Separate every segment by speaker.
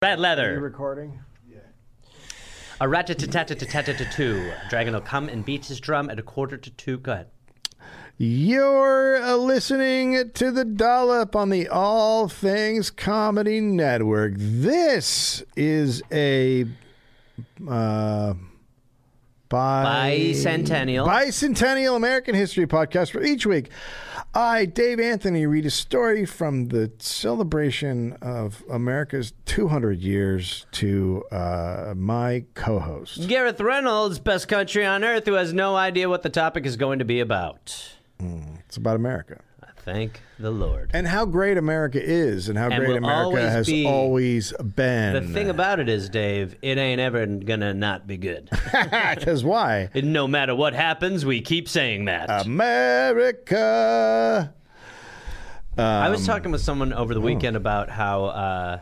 Speaker 1: Red
Speaker 2: You
Speaker 1: leather.
Speaker 2: recording?
Speaker 1: A rat tat tat tat tat tat two. Dragon will come and beats his drum at a quarter to two. Go ahead.
Speaker 3: You're uh, listening to the dollop on the All Things Comedy Network. This is a uh, bi-
Speaker 1: Bicentennial.
Speaker 3: bicentennial American history podcast for each week. I, Dave Anthony, read a story from the celebration of America's 200 years to uh, my co-host.
Speaker 1: Gareth Reynolds, best country on earth, who has no idea what the topic is going to be about.
Speaker 3: It's about America.
Speaker 1: Thank the Lord.
Speaker 3: and how great America is, and how
Speaker 1: And
Speaker 3: great
Speaker 1: will
Speaker 3: America
Speaker 1: always
Speaker 3: has
Speaker 1: be.
Speaker 3: always
Speaker 1: The
Speaker 3: been.
Speaker 1: thing about it is, Dave, it ain't ever gonna not be good.
Speaker 3: because why
Speaker 1: And no matter what happens, we keep saying that.
Speaker 3: America?
Speaker 1: I was talking with someone over the weekend about how uh,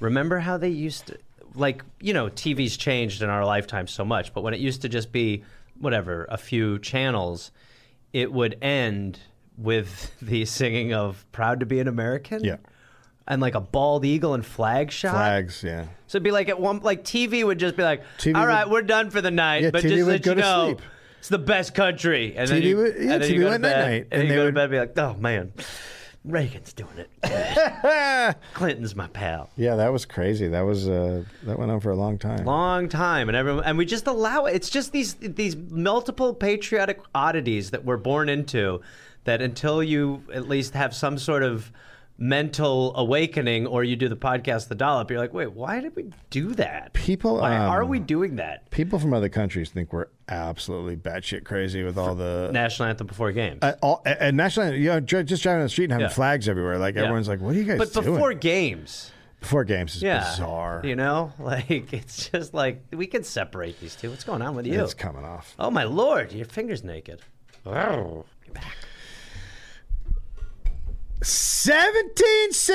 Speaker 1: remember how they used to like you know TV's changed in our lifetime so much, but when it used to just be whatever a few channels, it would end with the singing of "Proud to Be an American."
Speaker 3: Yeah.
Speaker 1: And like a bald eagle and flag shot.
Speaker 3: Flags, yeah.
Speaker 1: So it'd be like at one like TV would just be like,
Speaker 3: TV
Speaker 1: all
Speaker 3: would-
Speaker 1: right, we're done for the night,
Speaker 3: Yeah,
Speaker 1: but
Speaker 3: TV
Speaker 1: just
Speaker 3: would
Speaker 1: let
Speaker 3: go
Speaker 1: you
Speaker 3: to
Speaker 1: know,
Speaker 3: sleep.
Speaker 1: it's the best country. And then
Speaker 3: TV
Speaker 1: you,
Speaker 3: would- yeah,
Speaker 1: and then
Speaker 3: TV
Speaker 1: you go to
Speaker 3: went
Speaker 1: bed,
Speaker 3: night-night,
Speaker 1: and,
Speaker 3: and
Speaker 1: you
Speaker 3: they
Speaker 1: go
Speaker 3: would-
Speaker 1: to bed and be like, oh man, Reagan's doing it. Clinton's my pal.
Speaker 3: yeah, that was crazy. That was uh, that went on for a long time.
Speaker 1: Long time, and everyone, and we just allow it. It's just these these multiple patriotic oddities that we're born into, that until you at least have some sort of mental awakening, or you do the podcast, the dollop, you're like, wait, why did we do that?
Speaker 3: People,
Speaker 1: why are
Speaker 3: um,
Speaker 1: we doing that?
Speaker 3: People from other countries think we're absolutely batshit crazy with all the.
Speaker 1: national anthem before games.
Speaker 3: Uh, all, uh, national, you know, dr- just driving on the street and having
Speaker 1: Yeah.
Speaker 3: flags everywhere. Like
Speaker 1: Yeah.
Speaker 3: everyone's like, "What are you guys
Speaker 1: but
Speaker 3: doing?"
Speaker 1: before games,
Speaker 3: before games is
Speaker 1: yeah,
Speaker 3: bizarre.
Speaker 1: You know, like it's just like we can separate these two. What's going on with you?
Speaker 3: It's coming off.
Speaker 1: oh my lord, your fingers naked. Oh,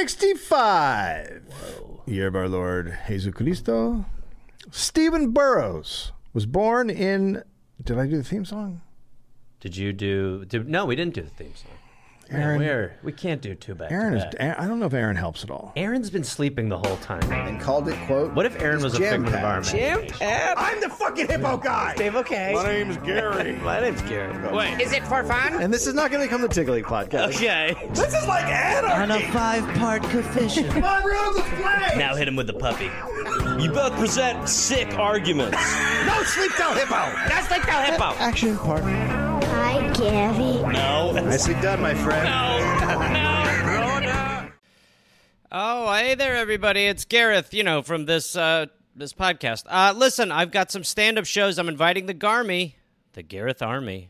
Speaker 3: 1765. Year of our Lord Jesucristo. Stephen Burroughs was born in. Did I do the theme song?
Speaker 1: Did you do? Did, no, we didn't do the theme song. Man,
Speaker 3: Aaron-
Speaker 1: we're- we can't do two back.
Speaker 3: Aaron
Speaker 1: to
Speaker 3: is.
Speaker 1: back.
Speaker 3: Aaron, I don't know if Aaron helps at all.
Speaker 1: Aaron's been sleeping the whole time.
Speaker 4: and called it, quote,
Speaker 1: What if Aaron was a figment of our
Speaker 5: Jim? I'm the fucking hippo guy. Dave, okay. My name's Gary. My name's Gary. Wait.
Speaker 6: Is it for fun?
Speaker 4: And this is not going to become the Tiggly podcast.
Speaker 1: Okay.
Speaker 5: This is like anarchy.
Speaker 7: a five-part coefficient.
Speaker 5: Come on, round the flag.
Speaker 1: Now hit him with the puppy.
Speaker 8: You both present sick arguments.
Speaker 5: No sleep till hippo.
Speaker 6: That's like the hippo.
Speaker 7: Action part.
Speaker 9: Hi, Gabby.
Speaker 8: No.
Speaker 4: Nicely done, my friend.
Speaker 6: Oh, hey there, everybody. It's Gareth, you know, from this uh, this podcast. Uh, listen, I've got some stand up shows I'm inviting the Garmy, the Gareth Army,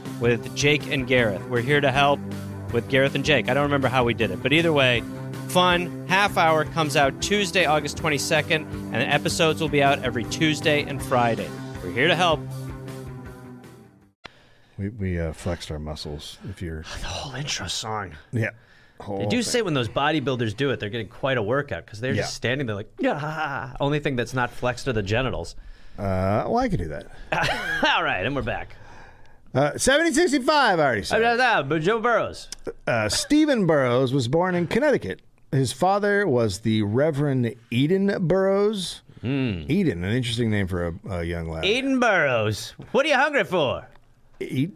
Speaker 6: with Jake and Gareth. We're here to help with Gareth and Jake. I don't remember how we did it, but either way, fun half hour comes out Tuesday, August 22nd, and the episodes will be out every Tuesday and Friday. We're here to help.
Speaker 3: We, we uh, flexed our muscles. If you're,
Speaker 1: The whole intro song.
Speaker 3: yeah.
Speaker 1: They
Speaker 3: Whole
Speaker 1: do
Speaker 3: thing.
Speaker 1: say when those bodybuilders do it, they're getting quite a workout because they're
Speaker 3: Yeah.
Speaker 1: just standing there like, yeah. Only thing that's not flexed are the genitals.
Speaker 3: Uh, well, I could do that.
Speaker 1: All right, and we're back.
Speaker 3: Uh, 7065, I already said.
Speaker 1: Blah, blah, But Joe Burrows.
Speaker 3: Uh, Stephen Burrows was born in Connecticut. His father was the Reverend Eden Burrows.
Speaker 1: Hmm.
Speaker 3: Eden, an interesting name for a, a young lad.
Speaker 1: Eden Burrows. What are you hungry for?
Speaker 3: Ed-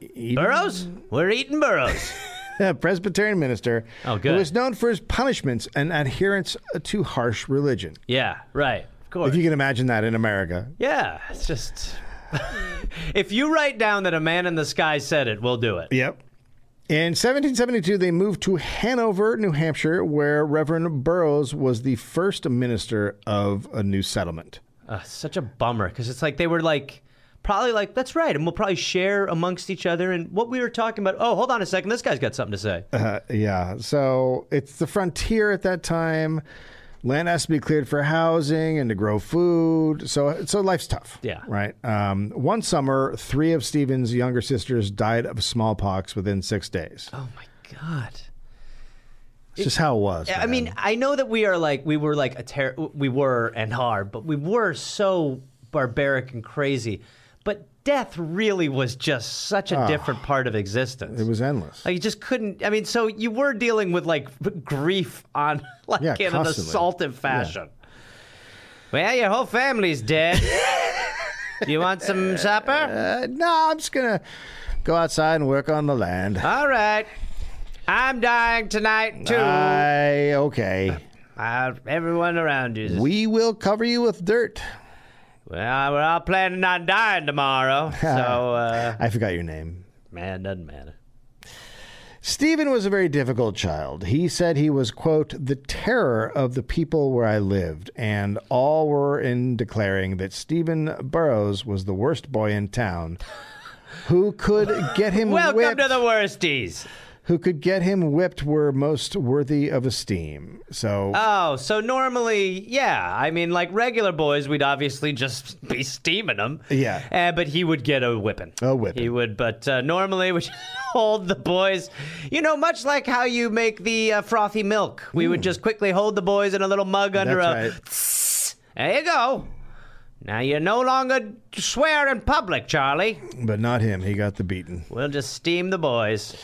Speaker 3: Eden?
Speaker 1: Burrows? We're eating Burrows.
Speaker 3: A Presbyterian minister.
Speaker 1: Oh, good.
Speaker 3: Who was known for his punishments and adherence to harsh religion.
Speaker 1: yeah, right. Of course.
Speaker 3: If you can imagine that in America.
Speaker 1: Yeah, it's just. if you write down that a man in the sky said it, we'll do it.
Speaker 3: Yep. In 1772, they moved to Hanover, New Hampshire, where Reverend Burrows was the first minister of a new settlement.
Speaker 1: Ugh, such a bummer because it's like they were like, probably like, that's right. And we'll probably share amongst each other. And what we were talking about, oh, hold on a second. This guy's got something to say.
Speaker 3: Uh, yeah. So it's the frontier at that time. Land has to be cleared for housing and to grow food. So so life's tough.
Speaker 1: Yeah.
Speaker 3: Right. Um, one summer, three of Stephen's younger sisters died of smallpox within six days.
Speaker 1: oh my God.
Speaker 3: It's just how it was.
Speaker 1: I mean, I know that we are like we were like a ter- we were and hard, but we were so barbaric and crazy. But death really was just such a different part of existence.
Speaker 3: Ah. it was endless.
Speaker 1: like you just couldn't. I mean, so you were dealing with like grief on like
Speaker 3: Yeah,
Speaker 1: in an
Speaker 3: constantly.
Speaker 1: assaultive fashion. Well, your whole family's dead. Do you want some supper?
Speaker 3: Uh, no, I'm just gonna go outside and work on the land.
Speaker 1: All right. I'm dying tonight too.
Speaker 3: Uh. I okay.
Speaker 1: Uh, everyone around you. is
Speaker 3: We will cover you with dirt.
Speaker 1: Well, we're all planning on dying tomorrow, so uh,
Speaker 3: I forgot your name.
Speaker 1: man, doesn't matter.
Speaker 3: Stephen was a very difficult child. He said he was, quote, the terror of the people where I lived, and all were in declaring that Stephen Burrows was the worst boy in town. Who could get him
Speaker 1: Welcome
Speaker 3: whipped?
Speaker 1: to the worsties.
Speaker 3: who could get him whipped were most worthy of esteem. So
Speaker 1: Oh, so normally, yeah, I mean, like regular boys, we'd obviously just be steaming them.
Speaker 3: Yeah.
Speaker 1: Uh, but he would get a whipping.
Speaker 3: A whipping.
Speaker 1: He would, but uh, normally we just hold the boys, you know, much like how you make the uh, frothy milk. We would just quickly hold the boys in a little mug under
Speaker 3: that's
Speaker 1: a.
Speaker 3: right.
Speaker 1: There you go. Now you no longer swear in public, Charlie.
Speaker 3: But not him. He got the beaten.
Speaker 1: We'll just steam the boys.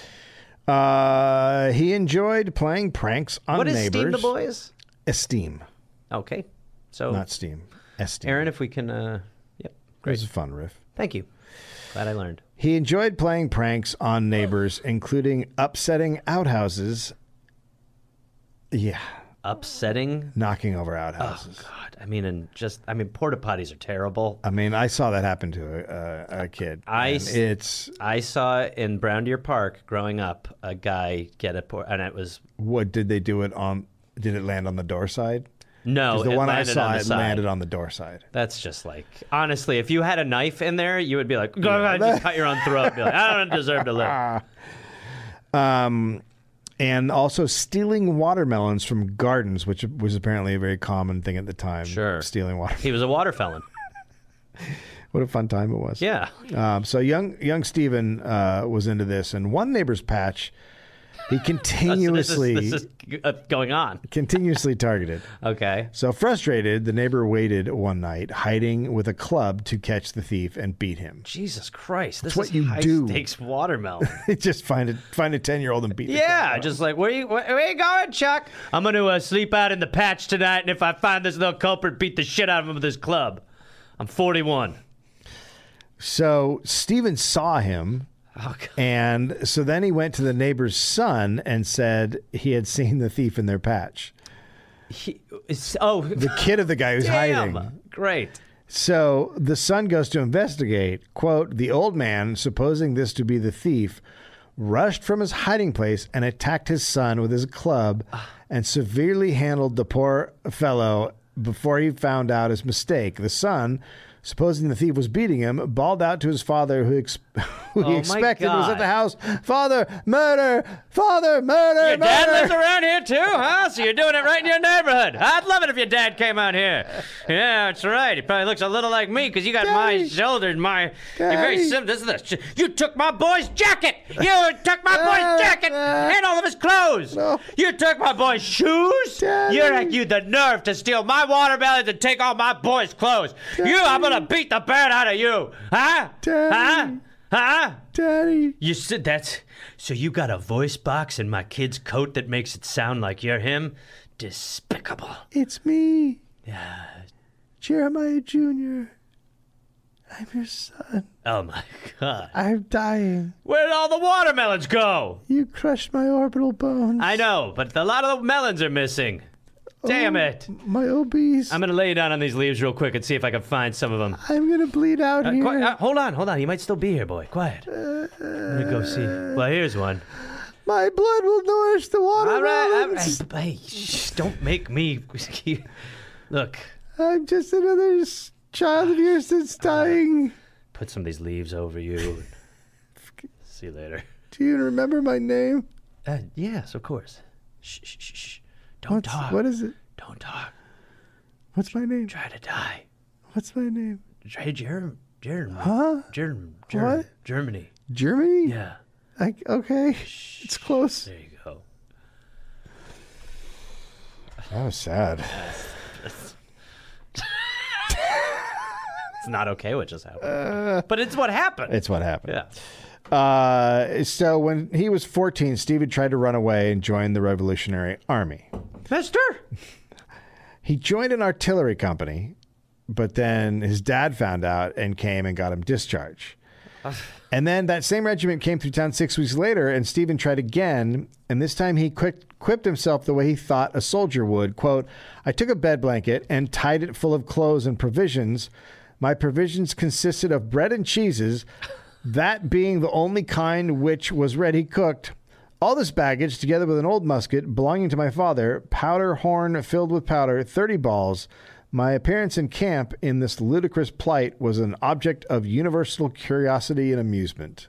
Speaker 3: Uh, he enjoyed playing pranks on
Speaker 1: What is
Speaker 3: neighbors.
Speaker 1: steam the boys?
Speaker 3: Esteem,
Speaker 1: Okay. So,
Speaker 3: not steam. Esteem.
Speaker 1: Aaron, if we can, uh, yep,
Speaker 3: it
Speaker 1: great.
Speaker 3: was a fun riff.
Speaker 1: Thank you. Glad I learned.
Speaker 3: He enjoyed playing pranks on neighbors, including upsetting outhouses. Yeah,
Speaker 1: Upsetting.
Speaker 3: knocking over outhouses.
Speaker 1: God, I mean, and just, I mean, porta potties are terrible.
Speaker 3: I mean, I saw that happen to a, a, a kid.
Speaker 1: I
Speaker 3: and
Speaker 1: s-
Speaker 3: it's
Speaker 1: I saw in Brown Deer Park growing up a guy get a port, and it was
Speaker 3: what did they do it on? Did it land on the door side?
Speaker 1: no.
Speaker 3: 'Cause the
Speaker 1: it
Speaker 3: one I
Speaker 1: landed
Speaker 3: saw
Speaker 1: on the
Speaker 3: it
Speaker 1: side.
Speaker 3: landed on the door side.
Speaker 1: That's just like honestly, if you had a knife in there, you would be like, "Go ahead, just cut your own throat." Be like, I don't deserve to live.
Speaker 3: Um, and also stealing watermelons from gardens, which was apparently a very common thing at the time.
Speaker 1: Sure.
Speaker 3: stealing water.
Speaker 1: He was a water felon.
Speaker 3: What a fun time it was.
Speaker 1: Yeah.
Speaker 3: Um, so young young Stephen uh, was into this, and one neighbor's patch,
Speaker 1: So
Speaker 3: he
Speaker 1: this
Speaker 3: continuously
Speaker 1: is, this is uh, going on.
Speaker 3: continuously targeted.
Speaker 1: Okay.
Speaker 3: So frustrated, the neighbor waited one night, hiding with a club to catch the thief and beat him.
Speaker 1: Jesus Christ! This
Speaker 3: what
Speaker 1: is
Speaker 3: you
Speaker 1: high
Speaker 3: do.
Speaker 1: stakes watermelon.
Speaker 3: just find a find a ten year old and beat. the crap out
Speaker 1: yeah,
Speaker 3: of him.
Speaker 1: just like where you where, where you going, Chuck? I'm gonna uh, sleep out in the patch tonight, and if I find this little culprit, beat the shit out of him with this club. I'm 41.
Speaker 3: So Stephen saw him.
Speaker 1: Oh, God.
Speaker 3: And so then he went to the neighbor's son and said he had seen the thief in their patch.
Speaker 1: He, it's, oh,
Speaker 3: The kid of the guy who's
Speaker 1: damn!
Speaker 3: hiding.
Speaker 1: Great.
Speaker 3: So the son goes to investigate. Quote, the old man, supposing this to be the thief, rushed from his hiding place and attacked his son with his club and severely handled the poor fellow before he found out his mistake. The son, supposing the thief was beating him, bawled out to his father, who, ex- who
Speaker 1: Oh
Speaker 3: he
Speaker 1: my
Speaker 3: expected was at
Speaker 1: God.
Speaker 3: the house, Father, murder! Father, murder!
Speaker 1: Your
Speaker 3: murder!
Speaker 1: dad lives around here too, huh? So you're doing it right in your neighborhood. I'd love it if your dad came out here. Yeah, that's right. He probably looks a little like me because you got my
Speaker 3: Daddy.
Speaker 1: shoulders, my. You're very
Speaker 3: Daddy.
Speaker 1: sim. This is the. sh- You took my boy's jacket. You took my boy's
Speaker 3: Daddy.
Speaker 1: jacket and all of his clothes.
Speaker 3: No.
Speaker 1: You took my boy's shoes.
Speaker 3: Daddy.
Speaker 1: You're you the nerve to steal my watermelons and take all my boy's clothes. You, I'm gonna beat the bird out of you, huh?
Speaker 3: Daddy.
Speaker 1: Huh? Huh?
Speaker 3: Daddy.
Speaker 1: You said that's so you got a voice box in my kid's coat that makes it sound like you're him? Despicable.
Speaker 3: It's me. Jeremiah Jr. I'm your son.
Speaker 1: Oh my god.
Speaker 3: I'm dying.
Speaker 1: Where'd all the watermelons go?
Speaker 3: You crushed my orbital bones.
Speaker 1: I know, but a lot of the melons are missing. Damn
Speaker 3: Oh.
Speaker 1: it.
Speaker 3: My obese.
Speaker 1: I'm
Speaker 3: I'm,
Speaker 1: gonna lay down on these leaves real quick and see if I can find some of them.
Speaker 3: gonna bleed out
Speaker 1: Uh,
Speaker 3: here.
Speaker 1: qui- uh, hold on, hold on. He might still be here, boy. Quiet. Let me go see. Well, here's one.
Speaker 3: my blood will nourish the
Speaker 1: All right, all
Speaker 3: watermelons.
Speaker 1: right. Hey, shh, don't make me. Look,
Speaker 3: I'm just another s- child of yours that's dying.
Speaker 1: put some of these leaves over you. see you later.
Speaker 3: Do you remember my name?
Speaker 1: Uh, yes, of course. Shh, shh, shh, shh. Don't
Speaker 3: What's,
Speaker 1: talk.
Speaker 3: what is it?
Speaker 1: Don't talk.
Speaker 3: What's my name?
Speaker 1: Try to die.
Speaker 3: What's my name?
Speaker 1: Try Germ. Germ.
Speaker 3: Huh?
Speaker 1: Germ. Germ.
Speaker 3: What?
Speaker 1: Germany.
Speaker 3: Germany?
Speaker 1: Yeah.
Speaker 3: I, okay. It's close.
Speaker 1: There you go.
Speaker 3: That was sad.
Speaker 1: It's not okay what just happened, but it's what happened.
Speaker 3: It's what happened.
Speaker 1: yeah.
Speaker 3: Uh, so when he was 14, Stephen tried to run away and join the Revolutionary Army.
Speaker 1: Mister.
Speaker 3: He joined an artillery company, but then his dad found out and came and got him discharged. And then that same regiment came through town six weeks later, and Stephen tried again. And this time he quick, quipped himself the way he thought a soldier would. Quote, I took a bed blanket and tied it full of clothes and provisions. My provisions consisted of bread and cheeses, that being the only kind which was ready cooked. All this baggage, together with an old musket belonging to my father, powder horn filled with powder, 30 balls. My appearance in camp in this ludicrous plight was an object of universal curiosity and amusement.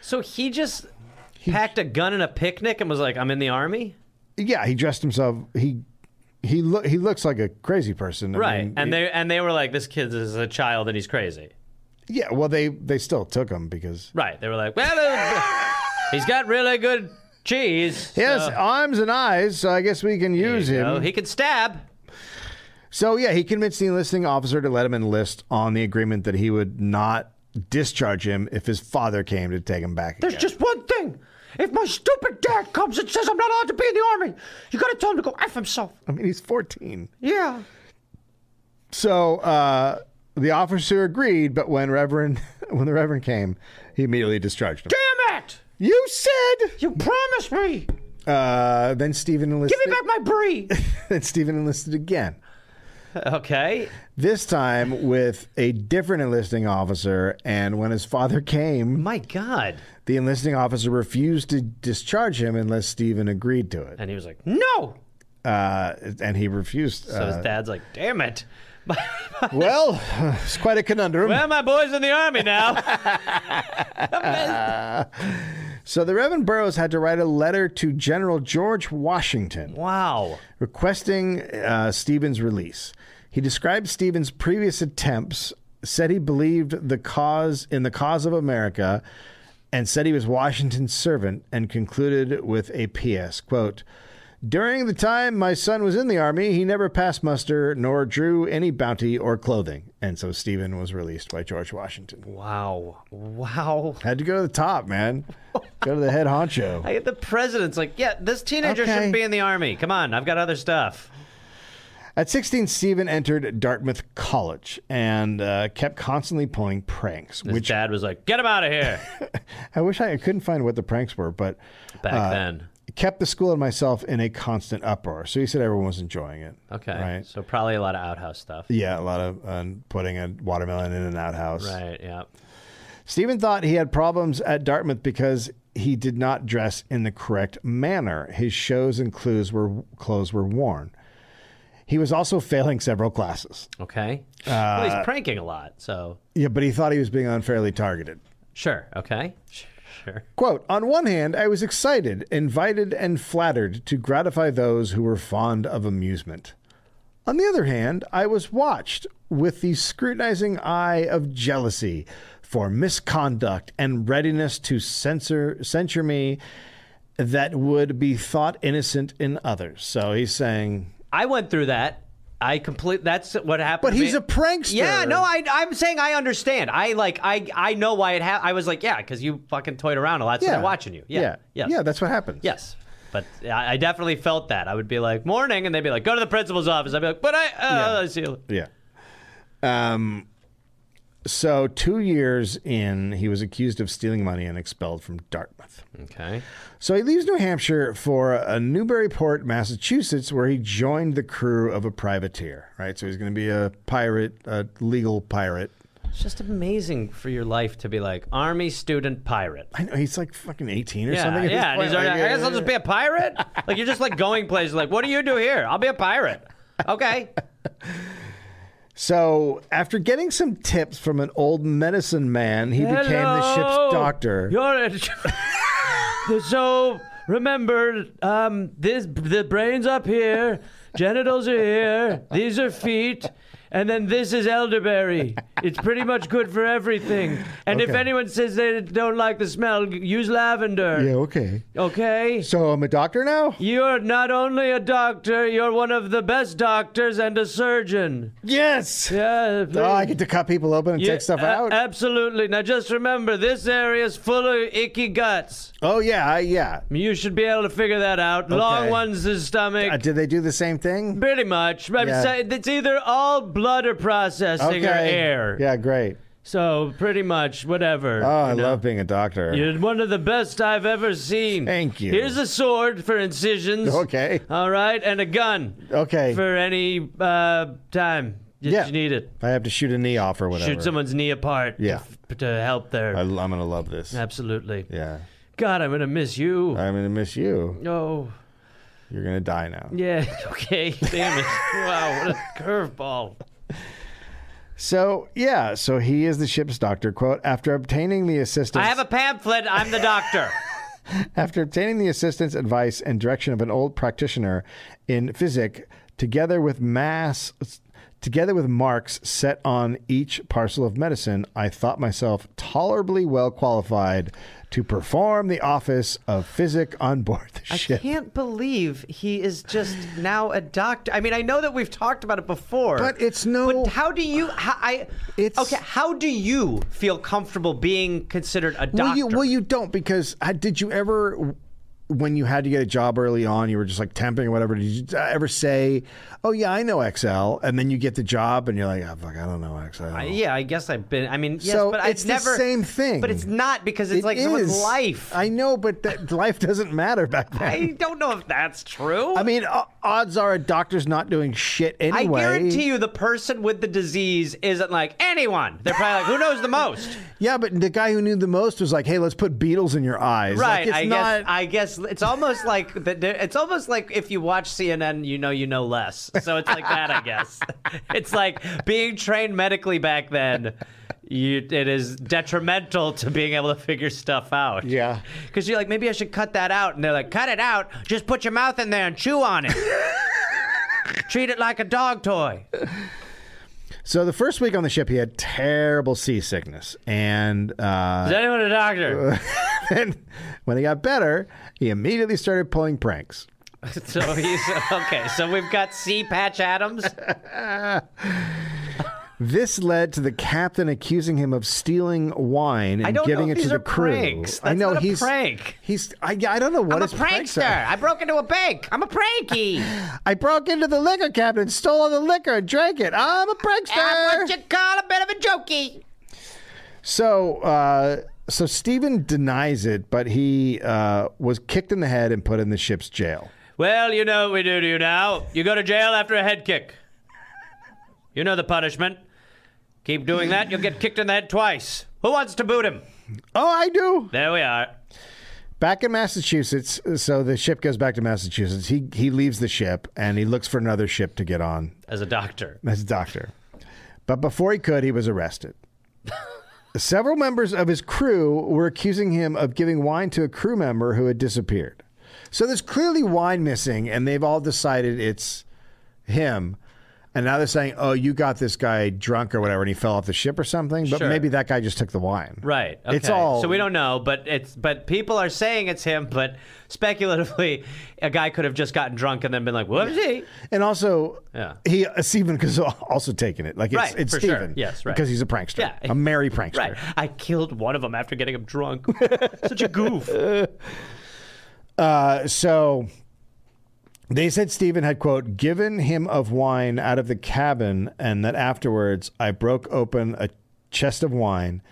Speaker 1: So he just packed a gun and a picnic and was like, "I'm in the army."
Speaker 3: Yeah, he dressed himself. He he look he looks like a crazy person. I
Speaker 1: Right.
Speaker 3: mean,
Speaker 1: and they and they were like, "This kid is a child and he's crazy."
Speaker 3: yeah, well they they still took him because
Speaker 1: Right. They were like, "Well, uh, he's got really good cheese.
Speaker 3: he has arms and eyes, so I guess we can use him.
Speaker 1: So he can stab."
Speaker 3: So yeah, he convinced the enlisting officer to let him enlist on the agreement that he would not discharge him if his father came to take him back.
Speaker 1: There's
Speaker 3: again.
Speaker 1: just one thing. If my stupid dad comes and says I'm not allowed to be in the army, you gotta tell him to go F himself.
Speaker 3: I mean, he's 14.
Speaker 1: Yeah.
Speaker 3: So uh, the officer agreed, but when Reverend when the Reverend came, he immediately discharged him.
Speaker 1: Damn it!
Speaker 3: You said.
Speaker 1: You promised me!
Speaker 3: Uh, then Stephen enlisted.
Speaker 1: Give me back my brie!
Speaker 3: then Stephen enlisted again.
Speaker 1: okay.
Speaker 3: This time with a different enlisting officer, and when his father came,
Speaker 1: My God.
Speaker 3: the enlisting officer refused to discharge him unless Stephen agreed to it,
Speaker 1: And he was like, No!
Speaker 3: uh, and he refused.
Speaker 1: So
Speaker 3: uh,
Speaker 1: his dad's like, Damn it.
Speaker 3: well, it's quite a conundrum.
Speaker 1: Well, my boy's in the army now.
Speaker 3: so the Reverend Burroughs had to write a letter to General George Washington.
Speaker 1: wow.
Speaker 3: requesting uh, Stevens' release. He described Stevens' previous attempts, said he believed the cause in the cause of America, and said he was Washington's servant, and concluded with a P.S. quote. During the time my son was in the army, he never passed muster nor drew any bounty or clothing. And so Stephen was released by George Washington.
Speaker 1: Wow. Wow.
Speaker 3: Had to go to the top, man. go to the head honcho.
Speaker 1: I get the president's like, Yeah, this teenager
Speaker 3: Okay.
Speaker 1: shouldn't be in the army. Come on, I've got other stuff.
Speaker 3: At 16, Stephen entered Dartmouth College and uh, kept constantly pulling pranks.
Speaker 1: His
Speaker 3: Which
Speaker 1: dad was like, Get him out of here
Speaker 3: I wish I, I couldn't find what the pranks were, but
Speaker 1: back
Speaker 3: Uh,
Speaker 1: then.
Speaker 3: kept the school and myself in a constant uproar. So he said everyone was enjoying it.
Speaker 1: Okay.
Speaker 3: Right.
Speaker 1: So probably a lot of outhouse stuff.
Speaker 3: Yeah, a lot of uh, putting a watermelon in an outhouse.
Speaker 1: Right, yeah.
Speaker 3: Stephen thought he had problems at Dartmouth because he did not dress in the correct manner. His shows and clues were clothes were worn. He was also failing several classes.
Speaker 1: Okay.
Speaker 3: Uh,
Speaker 1: well, he's pranking a lot, so
Speaker 3: Yeah, but he thought he was being unfairly targeted.
Speaker 1: sure. Okay. Sure.
Speaker 3: Quote, on one hand, I was excited, invited, and flattered to gratify those who were fond of amusement. On the other hand, I was watched with the scrutinizing eye of jealousy for misconduct and readiness to censor censure me that would be thought innocent in others. So he's saying,
Speaker 1: I went through that I complete. That's what happened.
Speaker 3: But
Speaker 1: to
Speaker 3: he's
Speaker 1: me.
Speaker 3: a prankster.
Speaker 1: Yeah, no, I, I'm saying I understand. I like, I, I know why it happened. I was like, yeah, because you fucking toyed around a lot. So
Speaker 3: Yeah.
Speaker 1: they're watching you. Yeah,
Speaker 3: Yeah.
Speaker 1: yes.
Speaker 3: Yeah, that's what happens.
Speaker 1: yes. But I, I definitely felt that. I would be like, morning, and they'd be like, go to the principal's office. I'd be like, but I, uh, see you.
Speaker 3: Yeah. Um, so two years in, he was accused of stealing money and expelled from Dartmouth.
Speaker 1: Okay.
Speaker 3: So he leaves New Hampshire for uh, Newburyport, Massachusetts, where he joined the crew of a privateer. Right. So he's going to be a pirate, a legal pirate.
Speaker 1: It's just amazing for your life to be like army student pirate.
Speaker 3: I know he's like fucking eighteen or
Speaker 1: Yeah,
Speaker 3: something. at this
Speaker 1: yeah. And
Speaker 3: point.
Speaker 1: he's already,
Speaker 3: Like,
Speaker 1: I guess I'll just be a pirate. like you're just like going places. Like, what do you do here? I'll be a pirate. Okay.
Speaker 3: So after getting some tips from an old medicine man, he became the
Speaker 1: Hello.
Speaker 3: ship's doctor.
Speaker 1: You're a... so remember, um, this the brains up here, genitals are here, these are feet. And then this is elderberry. It's pretty much good for everything. And if
Speaker 3: Okay.
Speaker 1: anyone says they don't like the smell, g- use lavender.
Speaker 3: Yeah. Okay.
Speaker 1: Okay?
Speaker 3: So I'm a doctor now.
Speaker 1: You're not only a doctor, you're one of the best doctors and a surgeon.
Speaker 3: Yes. uh,
Speaker 1: Yeah. please.
Speaker 3: Oh, I get to cut people open and
Speaker 1: Yeah,
Speaker 3: take stuff
Speaker 1: a-
Speaker 3: out.
Speaker 1: absolutely. Now just remember, this area is full of icky guts.
Speaker 3: oh yeah, I, yeah.
Speaker 1: You should be able to figure that out. Long
Speaker 3: Okay.
Speaker 1: ones is stomach.
Speaker 3: Uh, did they do the same thing?
Speaker 1: Pretty much. I'm
Speaker 3: Yeah.
Speaker 1: saying it's either all blood or processing or air.
Speaker 3: Yeah, great.
Speaker 1: So pretty much whatever.
Speaker 3: Oh, I
Speaker 1: you know.
Speaker 3: love being a doctor.
Speaker 1: You're one of the best I've ever seen.
Speaker 3: Thank you.
Speaker 1: Here's a sword for incisions.
Speaker 3: Okay.
Speaker 1: All right, and a gun
Speaker 3: Okay.
Speaker 1: for any uh, time that
Speaker 3: Yeah.
Speaker 1: you need it.
Speaker 3: I have to shoot a knee off or whatever.
Speaker 1: Shoot someone's knee apart.
Speaker 3: Yeah.
Speaker 1: To, to help there.
Speaker 3: I, am gonna love this.
Speaker 1: Absolutely.
Speaker 3: Yeah.
Speaker 1: God, I'm gonna miss you.
Speaker 3: I'm gonna miss you.
Speaker 1: oh,
Speaker 3: You're gonna die now.
Speaker 1: yeah. Okay. Damn it. wow, what a curveball.
Speaker 3: So yeah, so he is the ship's doctor. Quote: After obtaining the assistance,
Speaker 1: I have a pamphlet. I'm the doctor.
Speaker 3: After obtaining the assistance, advice, and direction of an old practitioner in physic, together with mass, together with marks set on each parcel of medicine, I thought myself tolerably well qualified to perform the office of physic on board the ship.
Speaker 1: Can't believe he is just now a doctor. I mean, I know that we've talked about it before,
Speaker 3: But it's no-
Speaker 1: But how do you? How, I.
Speaker 3: It's-
Speaker 1: okay. How do you feel comfortable being considered a doctor?
Speaker 3: Well, you well you don't because uh, did you ever? When you had to get a job early on, you were just like temping or whatever. Did you uh, ever say, "Oh yeah, I know Excel," and then you get the job and you're like, "Oh fuck, I don't know Excel."
Speaker 1: yeah, I guess I've been. I mean, yes,
Speaker 3: So
Speaker 1: but
Speaker 3: it's
Speaker 1: I've
Speaker 3: the
Speaker 1: never.
Speaker 3: same thing.
Speaker 1: But it's not because it's like someone's
Speaker 3: is.
Speaker 1: life.
Speaker 3: I know, but that life doesn't matter back
Speaker 1: I
Speaker 3: then.
Speaker 1: don't know if that's true.
Speaker 3: I, mean, o- odds are a doctor's not doing shit anyway.
Speaker 1: I guarantee you the person with the disease isn't like anyone. They're probably like, who knows the most?
Speaker 3: Yeah, but the guy who knew the most was like, "Hey, let's put beetles in your eyes." Like,
Speaker 1: right.
Speaker 3: it's
Speaker 1: I
Speaker 3: not.
Speaker 1: guess I guess it's almost like the, it's almost like if you watch CNN, you know you know less. So it's like that, I guess. It's like being trained medically back then. You, it is detrimental to being able to figure stuff out.
Speaker 3: Yeah.
Speaker 1: Because you're like, maybe I should cut that out. And they're like, cut it out. Just put your mouth in there and chew on it. Treat it like a dog toy.
Speaker 3: So the first week on the ship, he had terrible seasickness, and uh,
Speaker 1: Is anyone a doctor?
Speaker 3: then when he got better, he immediately started pulling pranks.
Speaker 1: So he's okay. So we've got C. Patch Adams.
Speaker 3: This led to the captain accusing him of stealing wine and
Speaker 1: don't know
Speaker 3: giving
Speaker 1: if
Speaker 3: it
Speaker 1: these
Speaker 3: to
Speaker 1: are
Speaker 3: the crew.
Speaker 1: pranks.
Speaker 3: I
Speaker 1: That's
Speaker 3: know
Speaker 1: not a
Speaker 3: he's
Speaker 1: prank.
Speaker 3: He's I, I don't know what
Speaker 1: I'm a
Speaker 3: his pranks
Speaker 1: prankster.
Speaker 3: are.
Speaker 1: I broke into a bank. I'm a pranky.
Speaker 3: I broke into the liquor cabinet and stole all the liquor and drank it. I'm a
Speaker 1: I'm what
Speaker 3: prankster.
Speaker 1: you call a bit of a jokey.
Speaker 3: So, uh, so Stephen denies it, but he uh, was kicked in the head and put in the ship's jail.
Speaker 1: Well, you know what we do to you now. You go to jail after a head kick. You know the punishment. Keep doing that, you'll get kicked in the head twice. Who wants to boot him?
Speaker 3: Oh, I do.
Speaker 1: There we are.
Speaker 3: Back in Massachusetts, so the ship goes back to Massachusetts. He he leaves the ship and he looks for another ship to get on
Speaker 1: As a doctor.
Speaker 3: as a doctor. But before he could, he was arrested. Several members of his crew were accusing him of giving wine to a crew member who had disappeared. So there's clearly wine missing, and they've all decided it's him.
Speaker 5: And now they're saying, "Oh, you got this guy drunk or whatever, and he fell off the ship or something." But
Speaker 1: Sure.
Speaker 5: maybe that guy just took the wine.
Speaker 1: Right. Okay.
Speaker 5: It's all-
Speaker 1: So we don't know, but it's but people are saying it's him, but speculatively, a guy could have just gotten drunk and then been like, "Whoopsie."
Speaker 5: And also,
Speaker 1: Yeah.
Speaker 5: he uh, Stephen has also taken it. Like it's,
Speaker 1: Right,
Speaker 5: it's
Speaker 1: for sure.
Speaker 5: Stephen,
Speaker 1: Yes, right.
Speaker 5: because he's a prankster,
Speaker 1: Yeah.
Speaker 5: a merry prankster.
Speaker 1: Right. I killed one of them after getting him drunk. Such a goof.
Speaker 5: Uh, so they said Stephen had quote given him of wine out of the cabin, and that afterwards I broke open a chest of wine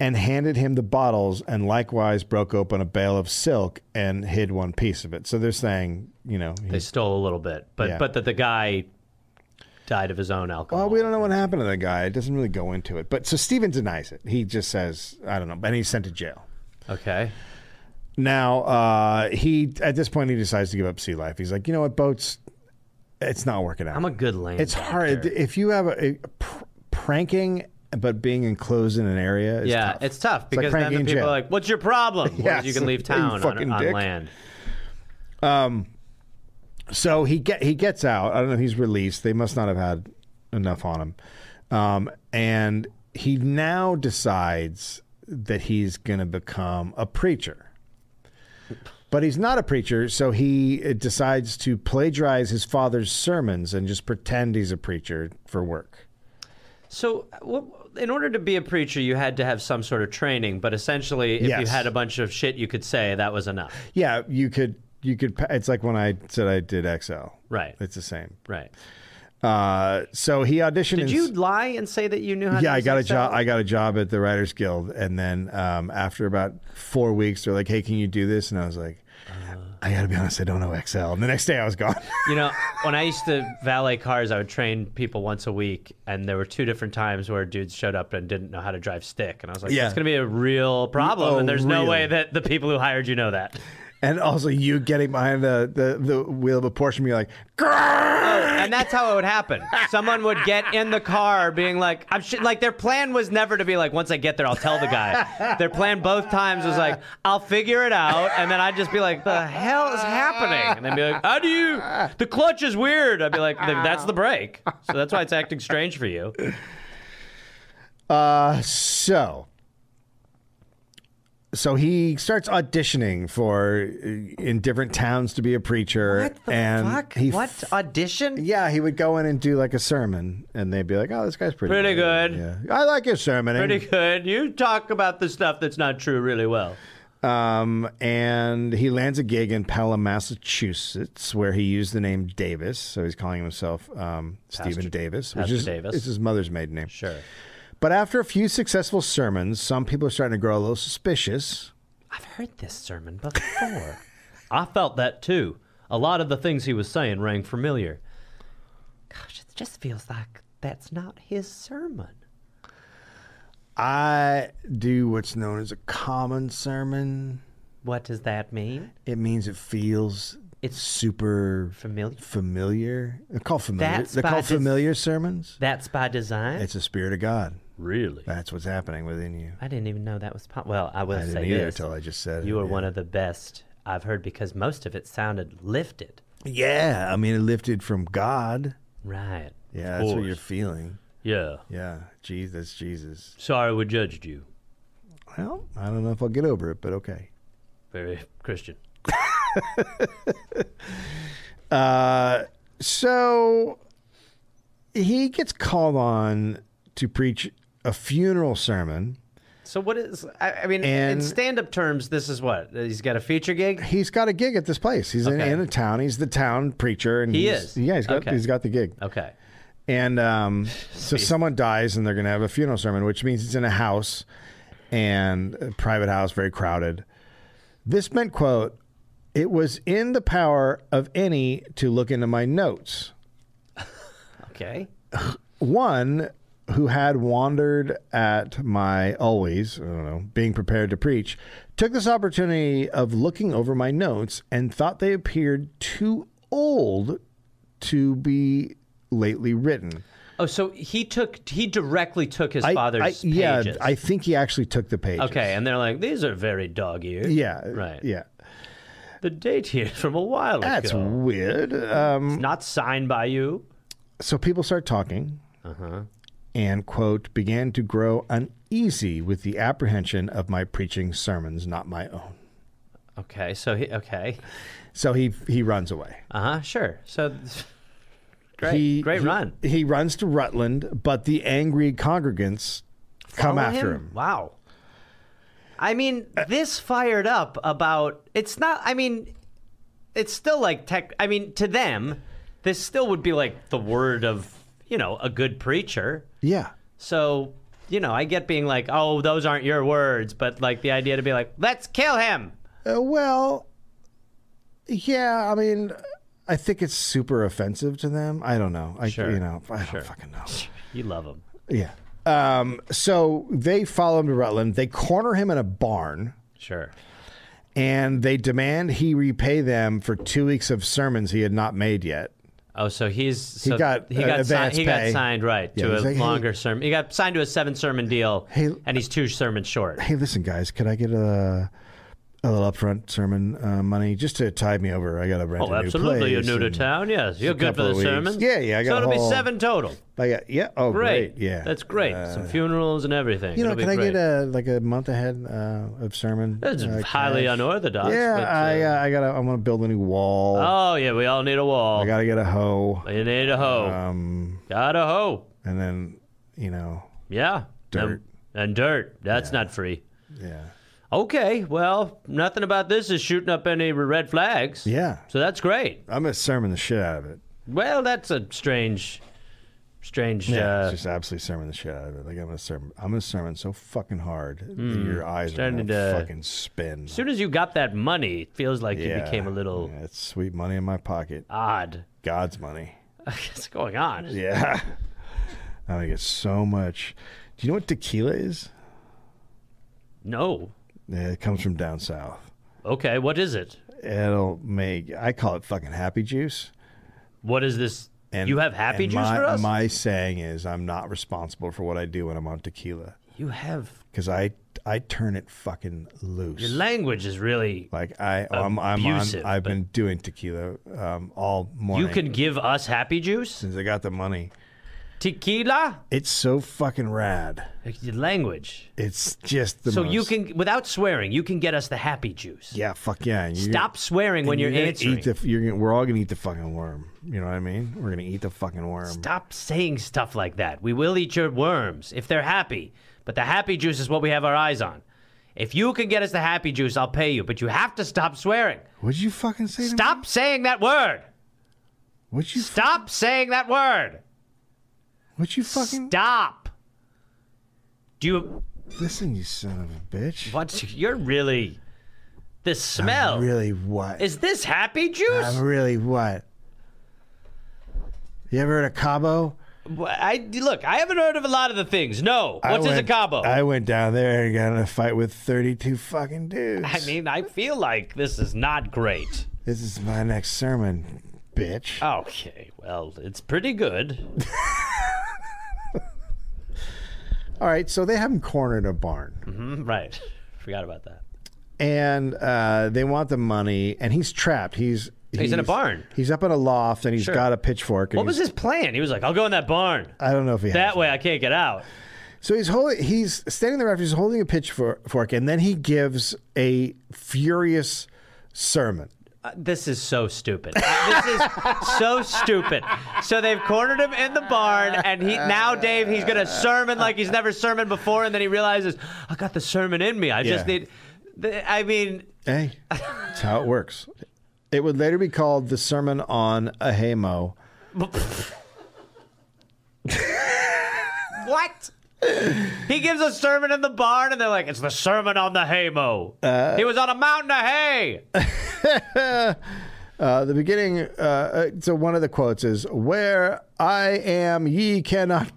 Speaker 5: and handed him the bottles, and likewise broke open a bale of silk and hid one piece of it. So they're saying, you know, he-
Speaker 1: They stole a little bit, but
Speaker 5: Yeah.
Speaker 1: but that the guy died of his own alcohol.
Speaker 5: Well, we don't know what happened to that guy. It doesn't really go into it. But so Steven denies it. He just says, I don't know. And he's sent to jail.
Speaker 1: okay.
Speaker 5: Now, uh, he at this point, he decides to give up sea life. He's like, you know what, boats, it's not working out.
Speaker 1: I'm a good land.
Speaker 5: it's
Speaker 1: back
Speaker 5: hard.
Speaker 1: there.
Speaker 5: If you have a, a pr- pranking, but being enclosed in an area is
Speaker 1: yeah,
Speaker 5: tough.
Speaker 1: it's tough because
Speaker 5: like
Speaker 1: then the
Speaker 5: pranking
Speaker 1: people
Speaker 5: jail.
Speaker 1: are like, "What's your problem?"
Speaker 5: Yeah,
Speaker 1: Whereas you can
Speaker 5: so-
Speaker 1: leave
Speaker 5: you
Speaker 1: town
Speaker 5: fucking
Speaker 1: on, on
Speaker 5: dick.
Speaker 1: land.
Speaker 5: So he get he gets out. I don't know. He's released. They must not have had enough on him, um, and he now decides that he's going to become a preacher. But he's not a preacher, so he uh, decides to plagiarize his father's sermons and just pretend he's a preacher for work.
Speaker 1: So, well, in order to be a preacher, you had to have some sort of training, but essentially, if you
Speaker 5: Yes.
Speaker 1: had a bunch of shit you could say, that was enough.
Speaker 5: Yeah, you could you could. pa- It's like when I said I did XL.
Speaker 1: Right.
Speaker 5: It's the same.
Speaker 1: Right.
Speaker 5: Uh, so he auditioned.
Speaker 1: Did
Speaker 5: in-
Speaker 1: you lie and say that you knew how to
Speaker 5: yeah, I
Speaker 1: do
Speaker 5: got a
Speaker 1: sex
Speaker 5: job.
Speaker 1: ed?
Speaker 5: I got a job at the Writers Guild, and then um, after about four weeks, they're like, "Hey, can you do this?" And I was like, "I got to be honest, I don't know Excel." And the next day, I was gone.
Speaker 1: You know, when I used to valet cars, I would train people once a week, and there were two different times where dudes showed up and didn't know how to drive stick, and I was like,
Speaker 5: Yeah.
Speaker 1: "It's going to be a real problem,"
Speaker 5: Oh,
Speaker 1: and there's
Speaker 5: really?
Speaker 1: no way that the people who hired you know that.
Speaker 5: and also, you getting behind the, the, the wheel of a Porsche, and you're like,
Speaker 1: And that's how it would happen. Someone would get in the car, being like, "I'm sh-, like." Their plan was never to be like, "Once I get there, I'll tell the guy." Their plan both times was like, "I'll figure it out," and then I'd just be like, "The hell is happening?" And they'd be like, "How do you?" The clutch is weird. I'd be like, "That's the brake." So that's why it's acting strange for you.
Speaker 5: So, so he starts auditioning for uh, in different towns to be a preacher, and he
Speaker 1: what audition?
Speaker 5: Yeah, he would go in and do like a sermon, and they'd be like, "Oh, this guy's pretty
Speaker 1: Pretty good.
Speaker 5: Yeah, I like his sermon.
Speaker 1: Pretty good. You talk about the stuff that's not true really well.
Speaker 5: Um, and he lands a gig in Pelham, Massachusetts, where he used the name Davis. So he's calling himself um, Stephen Davis, which
Speaker 1: Pastor
Speaker 5: is
Speaker 1: Davis.
Speaker 5: It's his mother's maiden name.
Speaker 1: Sure.
Speaker 5: But after a few successful sermons, some people are starting to grow a little suspicious.
Speaker 1: I've heard this sermon before. I felt that too. A lot of the things he was saying rang familiar. Gosh, it just feels like that's not his sermon.
Speaker 5: I do what's known as a common sermon.
Speaker 1: What does that mean?
Speaker 5: It means it feels
Speaker 1: It's
Speaker 5: super
Speaker 1: familiar.
Speaker 5: Familiar. They're called familiar.
Speaker 1: That's
Speaker 5: they're
Speaker 1: by
Speaker 5: called
Speaker 1: des-
Speaker 5: familiar sermons.
Speaker 1: That's by design.
Speaker 5: It's the spirit of God.
Speaker 1: really?
Speaker 5: That's what's happening within you.
Speaker 1: I didn't even know that was po- well. I will
Speaker 5: I didn't
Speaker 1: say
Speaker 5: either
Speaker 1: this.
Speaker 5: until I just said
Speaker 1: you
Speaker 5: it,
Speaker 1: were
Speaker 5: yeah.
Speaker 1: one of the best I've heard because most of it sounded lifted.
Speaker 5: Yeah, I mean, it lifted from God.
Speaker 1: Right.
Speaker 5: Yeah,
Speaker 1: Of
Speaker 5: that's what
Speaker 1: course.
Speaker 5: you're feeling.
Speaker 1: Yeah.
Speaker 5: Yeah, Jesus, that's Jesus.
Speaker 1: Sorry we judged you.
Speaker 5: Well, I don't know if I'll get over it, but okay.
Speaker 1: Very Christian.
Speaker 5: So he gets called on to preach a funeral sermon.
Speaker 1: So what is? I, I mean, in
Speaker 5: And-
Speaker 1: stand-up terms, this is what he's got a feature gig.
Speaker 5: He's got a gig at this place. He's in,
Speaker 1: Okay.
Speaker 5: in a town. He's the town preacher, and
Speaker 1: He
Speaker 5: he's,
Speaker 1: is?
Speaker 5: Yeah, he's got
Speaker 1: Okay.
Speaker 5: he's got the gig.
Speaker 1: Okay.
Speaker 5: And um, so someone dies, and they're going to have a funeral sermon, which means it's in a house and a private house, very crowded. This meant, quote, it was in the power of any to look into my notes.
Speaker 1: Okay.
Speaker 5: One who had wandered at my always, I don't know, being prepared to preach, took this opportunity of looking over my notes and thought they appeared too old to be lately written.
Speaker 1: Oh, so he took he directly took his
Speaker 5: I-
Speaker 1: father's
Speaker 5: I- yeah,
Speaker 1: pages.
Speaker 5: I think he actually took the pages.
Speaker 1: okay, and they're like, these are very dog-eared.
Speaker 5: Yeah.
Speaker 1: Right.
Speaker 5: Yeah.
Speaker 1: The date here is from a while
Speaker 5: That's
Speaker 1: ago.
Speaker 5: weird. Um,
Speaker 1: Not signed by you.
Speaker 5: So people start talking.
Speaker 1: Uh-huh.
Speaker 5: And, quote, began to grow uneasy with the apprehension of my preaching sermons, not my own.
Speaker 1: Okay, so he, okay,
Speaker 5: So he, he runs away.
Speaker 1: uh huh, sure. So great,
Speaker 5: He-
Speaker 1: great
Speaker 5: he-
Speaker 1: run.
Speaker 5: He runs to Rutland, but the angry congregants come
Speaker 1: Follow
Speaker 5: after him.
Speaker 1: Wow. I mean, this fired up about it's not. I mean, it's still like tech. I mean, to them, this still would be like the word of you know a good preacher.
Speaker 5: Yeah.
Speaker 1: So you know, I get being like, oh, those aren't your words, but like the idea to be like, let's kill him.
Speaker 5: Uh, well, yeah, I mean, I think it's super offensive to them. I don't know. I, You know, I don't fucking know.
Speaker 1: You love him.
Speaker 5: Yeah. Um, so they follow him to Rutland. They corner him in a barn
Speaker 1: Sure.
Speaker 5: and they demand he repay them for two weeks of sermons he had not made yet.
Speaker 1: Oh, so he's so
Speaker 5: got,
Speaker 1: he
Speaker 5: uh,
Speaker 1: got si-
Speaker 5: advance
Speaker 1: he got
Speaker 5: pay.
Speaker 1: signed right
Speaker 5: Yeah,
Speaker 1: to a
Speaker 5: he's like, hey-
Speaker 1: longer sermon. He got signed to a seven sermon deal,
Speaker 5: Hey-
Speaker 1: and he's two sermons short.
Speaker 5: Hey, listen, guys, could I get a. A little upfront sermon uh, money just to tide me over. I got to rent
Speaker 1: Oh,
Speaker 5: a new
Speaker 1: absolutely. You're
Speaker 5: place
Speaker 1: new to
Speaker 5: and-
Speaker 1: town. Yes, you're good for
Speaker 5: couple
Speaker 1: the
Speaker 5: of weeks.
Speaker 1: sermons.
Speaker 5: Yeah, yeah, I
Speaker 1: so
Speaker 5: got a
Speaker 1: it'll
Speaker 5: whole-
Speaker 1: be seven total.
Speaker 5: I got yeah. Oh,
Speaker 1: Great.
Speaker 5: great. Yeah, Uh,
Speaker 1: that's great. Some funerals and everything.
Speaker 5: You know,
Speaker 1: It'll be
Speaker 5: can I
Speaker 1: great.
Speaker 5: get a like a month ahead uh, of sermon?
Speaker 1: That's
Speaker 5: uh,
Speaker 1: highly
Speaker 5: cash?
Speaker 1: unorthodox.
Speaker 5: Yeah,
Speaker 1: but,
Speaker 5: I uh, I gotta. I'm gonna build a new wall.
Speaker 1: oh yeah, we all need a wall.
Speaker 5: I gotta get a hoe,
Speaker 1: you need a hoe.
Speaker 5: um,
Speaker 1: got a hoe.
Speaker 5: and then you know,
Speaker 1: Yeah.
Speaker 5: dirt.
Speaker 1: And, and dirt. That's not free.
Speaker 5: yeah,
Speaker 1: Okay. Well, nothing about this is shooting up any red flags.
Speaker 5: yeah.
Speaker 1: So that's great.
Speaker 5: I'm gonna sermon the shit out of it.
Speaker 1: Well, that's a strange, strange.
Speaker 5: Yeah,
Speaker 1: uh,
Speaker 5: it's just absolutely sermon the shit out of it. Like I'm gonna sermon. I'm gonna sermon so fucking hard that your eyes are
Speaker 1: Hmm. starting
Speaker 5: gonna
Speaker 1: to- uh,
Speaker 5: fucking spin.
Speaker 1: as soon as you got that money, it feels like you
Speaker 5: Yeah.
Speaker 1: became a little
Speaker 5: Yeah, it's sweet money in my pocket.
Speaker 1: odd.
Speaker 5: God's money.
Speaker 1: What's going on?
Speaker 5: Yeah. I think it's so much. Do you know what tequila is?
Speaker 1: No.
Speaker 5: Yeah, it comes from down south.
Speaker 1: Okay, what is it?
Speaker 5: It'll make I call it fucking happy juice.
Speaker 1: What is this? you have happy
Speaker 5: and
Speaker 1: juice
Speaker 5: my,
Speaker 1: for us?
Speaker 5: My saying is I'm not responsible for what I do when I'm on tequila
Speaker 1: you have.
Speaker 5: because I I turn it fucking loose.
Speaker 1: Your language is really.
Speaker 5: like I I'm, I'm
Speaker 1: Abusive,
Speaker 5: on, I've
Speaker 1: but-
Speaker 5: been doing tequila um, all morning.
Speaker 1: You can give us happy juice?
Speaker 5: since I got the money.
Speaker 1: Tequila?
Speaker 5: It's so fucking rad.
Speaker 1: Your language.
Speaker 5: It's just the
Speaker 1: So you
Speaker 5: most-
Speaker 1: can, without swearing, you can get us the happy juice.
Speaker 5: yeah fuck yeah. And you-
Speaker 1: Stop swearing when
Speaker 5: and
Speaker 1: you're,
Speaker 5: gonna
Speaker 1: answering.
Speaker 5: Eat the, you're gonna, we're all gonna eat the fucking worm. You know what I mean? We're gonna eat the fucking worm.
Speaker 1: Stop saying stuff like that. We will eat your worms if they're happy, but the happy juice is what we have our eyes on. If you can get us the happy juice, I'll pay you, but you have to stop swearing.
Speaker 5: What'd you fucking say? To me?
Speaker 1: Stop saying that word.
Speaker 5: What'd you?
Speaker 1: Stop saying that word.
Speaker 5: What'd you fucking?
Speaker 1: Stop. Do you
Speaker 5: Listen, you son of a bitch.
Speaker 1: what you're really the smell.
Speaker 5: Really what?
Speaker 1: Is this happy juice?
Speaker 5: I'm really what? You ever heard of Cabo?
Speaker 1: Wh- I look, I haven't heard of a lot of the things. No.
Speaker 5: I
Speaker 1: What is a
Speaker 5: went-
Speaker 1: Cabo?
Speaker 5: I went down there and got in a fight with 32 fucking dudes.
Speaker 1: I mean, I feel like this is not great.
Speaker 5: this is my next sermon, bitch.
Speaker 1: Uh, Okay, well, it's pretty good.
Speaker 5: All right, so they have him cornered in a barn.
Speaker 1: right. Forgot about that.
Speaker 5: and uh, they want the money, and he's trapped. He's
Speaker 1: He's in a barn.
Speaker 5: He's up in a loft, and he's
Speaker 1: Sure.
Speaker 5: got a pitchfork. And
Speaker 1: What was
Speaker 5: he's-
Speaker 1: his plan? He was like, I'll go in that barn.
Speaker 5: I don't know if he has.
Speaker 1: That way I can't get out.
Speaker 5: So he's holding. He's standing there after he's holding a pitchfork, and then he gives a furious sermon.
Speaker 1: This is so stupid. this is so stupid. So they've cornered him in the barn, and he now Dave he's gonna sermon like he's never sermoned before, and then he realizes I got the sermon in me. I just
Speaker 5: Yeah.
Speaker 1: need. th- I mean,
Speaker 5: Hey, that's how it works. It would later be called the Sermon on a Hamo.
Speaker 1: what? He gives a sermon in the barn, and they're like, "It's the sermon on the haymow." he was on a mountain of hay.
Speaker 5: Uh, the beginning. Uh, uh, so one of the quotes is, "Where I am, ye cannot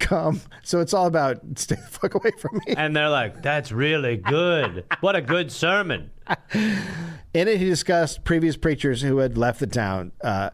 Speaker 5: come." So it's all about stay the fuck away from me.
Speaker 1: And they're like, "That's really good. What a good sermon."
Speaker 5: In it, he discussed previous preachers who had left the town. Uh,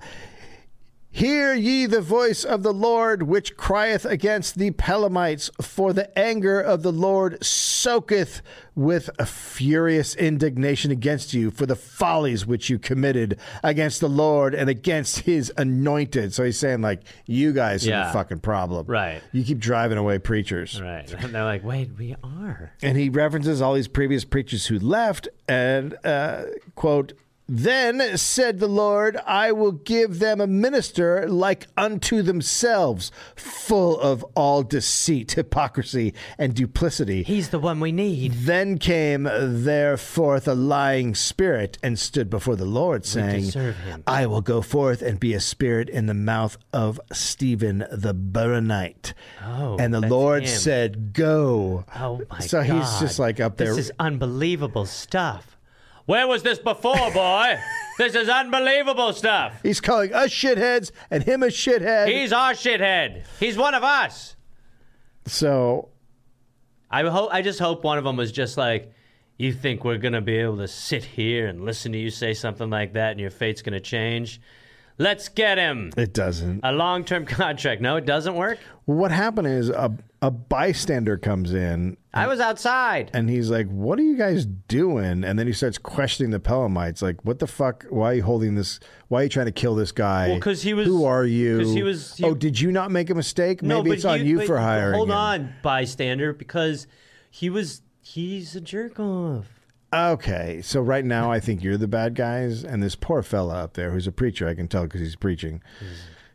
Speaker 3: Hear ye the voice of the Lord which crieth against the Pelamites, for the anger of the Lord soaketh with a furious indignation against you for the follies which you committed against the Lord and against his anointed. So he's saying, like, you guys are
Speaker 1: Yeah.
Speaker 3: the fucking problem.
Speaker 1: Right.
Speaker 3: You keep driving away preachers.
Speaker 1: Right. And they're like, wait, we are.
Speaker 3: And he references all these previous preachers who left and, uh, quote, then said the Lord, I will give them a minister like unto themselves, full of all deceit, hypocrisy, and duplicity.
Speaker 1: He's the one we need.
Speaker 3: Then came there forth a lying spirit and stood before the Lord, saying,
Speaker 1: deserve him.
Speaker 3: I will go forth and be a spirit in the mouth of Stephen the Buronite.
Speaker 1: Oh,
Speaker 3: and the
Speaker 1: that's
Speaker 3: Lord
Speaker 1: him.
Speaker 3: said, Go.
Speaker 1: Oh my
Speaker 3: So
Speaker 1: god.
Speaker 3: he's just like up there.
Speaker 1: This is unbelievable stuff. Where was this before, boy? this is unbelievable stuff.
Speaker 3: He's calling us shitheads and him a shithead.
Speaker 1: He's our shithead. He's one of us.
Speaker 3: so
Speaker 1: I hope I just hope one of them was just like you think we're going to be able to sit here and listen to you say something like that and your fate's going to change? Let's get him.
Speaker 3: it doesn't.
Speaker 1: A long-term contract. No, it doesn't work.
Speaker 3: What happened is a, a bystander comes in
Speaker 1: I was outside.
Speaker 3: and he's like, What are you guys doing? And then he starts questioning the Pelamites, like, What the fuck? Why are you holding this? Why are you trying to kill this guy?
Speaker 1: Well, 'cause he was-
Speaker 3: Who are you?
Speaker 1: 'cause he was- he-
Speaker 3: oh, did you not make a mistake? Maybe
Speaker 1: but
Speaker 3: it's on you
Speaker 1: but
Speaker 3: for hiring.
Speaker 1: Hold
Speaker 3: him.
Speaker 1: on, bystander, because he was he's a jerk off.
Speaker 3: Okay, so right now I think you're the bad guys, and this poor fella up there who's a preacher, I can tell because he's preaching.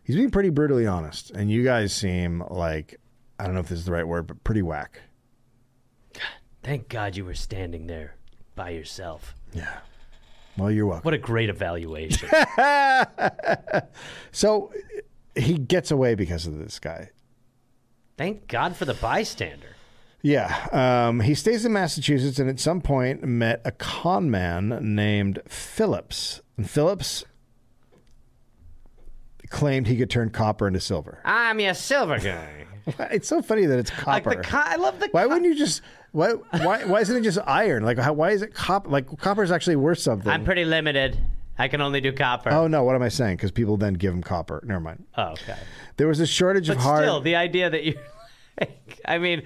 Speaker 3: He's being pretty brutally honest, and you guys seem like I don't know if this is the right word, but pretty whack.
Speaker 1: Thank God you were standing there by yourself.
Speaker 3: Well, you're welcome.
Speaker 1: What a great evaluation.
Speaker 3: So he gets away because of this guy.
Speaker 1: Thank God for the bystander.
Speaker 3: Yeah, um, he stays in Massachusetts, and at some point met a con man named Phillips, and Phillips claimed he could turn copper into silver.
Speaker 1: I'm your silver guy.
Speaker 3: It's so funny that it's
Speaker 1: like
Speaker 3: copper.
Speaker 1: the co- I love the
Speaker 3: Why wouldn't you just why why why isn't it just iron? Like how, why is it copper? Like copper's actually worth something.
Speaker 1: I'm pretty limited. I can only do copper.
Speaker 3: oh no, what am I saying? Because people then give him copper. Never mind.
Speaker 1: Oh, okay.
Speaker 3: There was a shortage
Speaker 1: But
Speaker 3: of hard.
Speaker 1: still, the idea that you, like, I mean,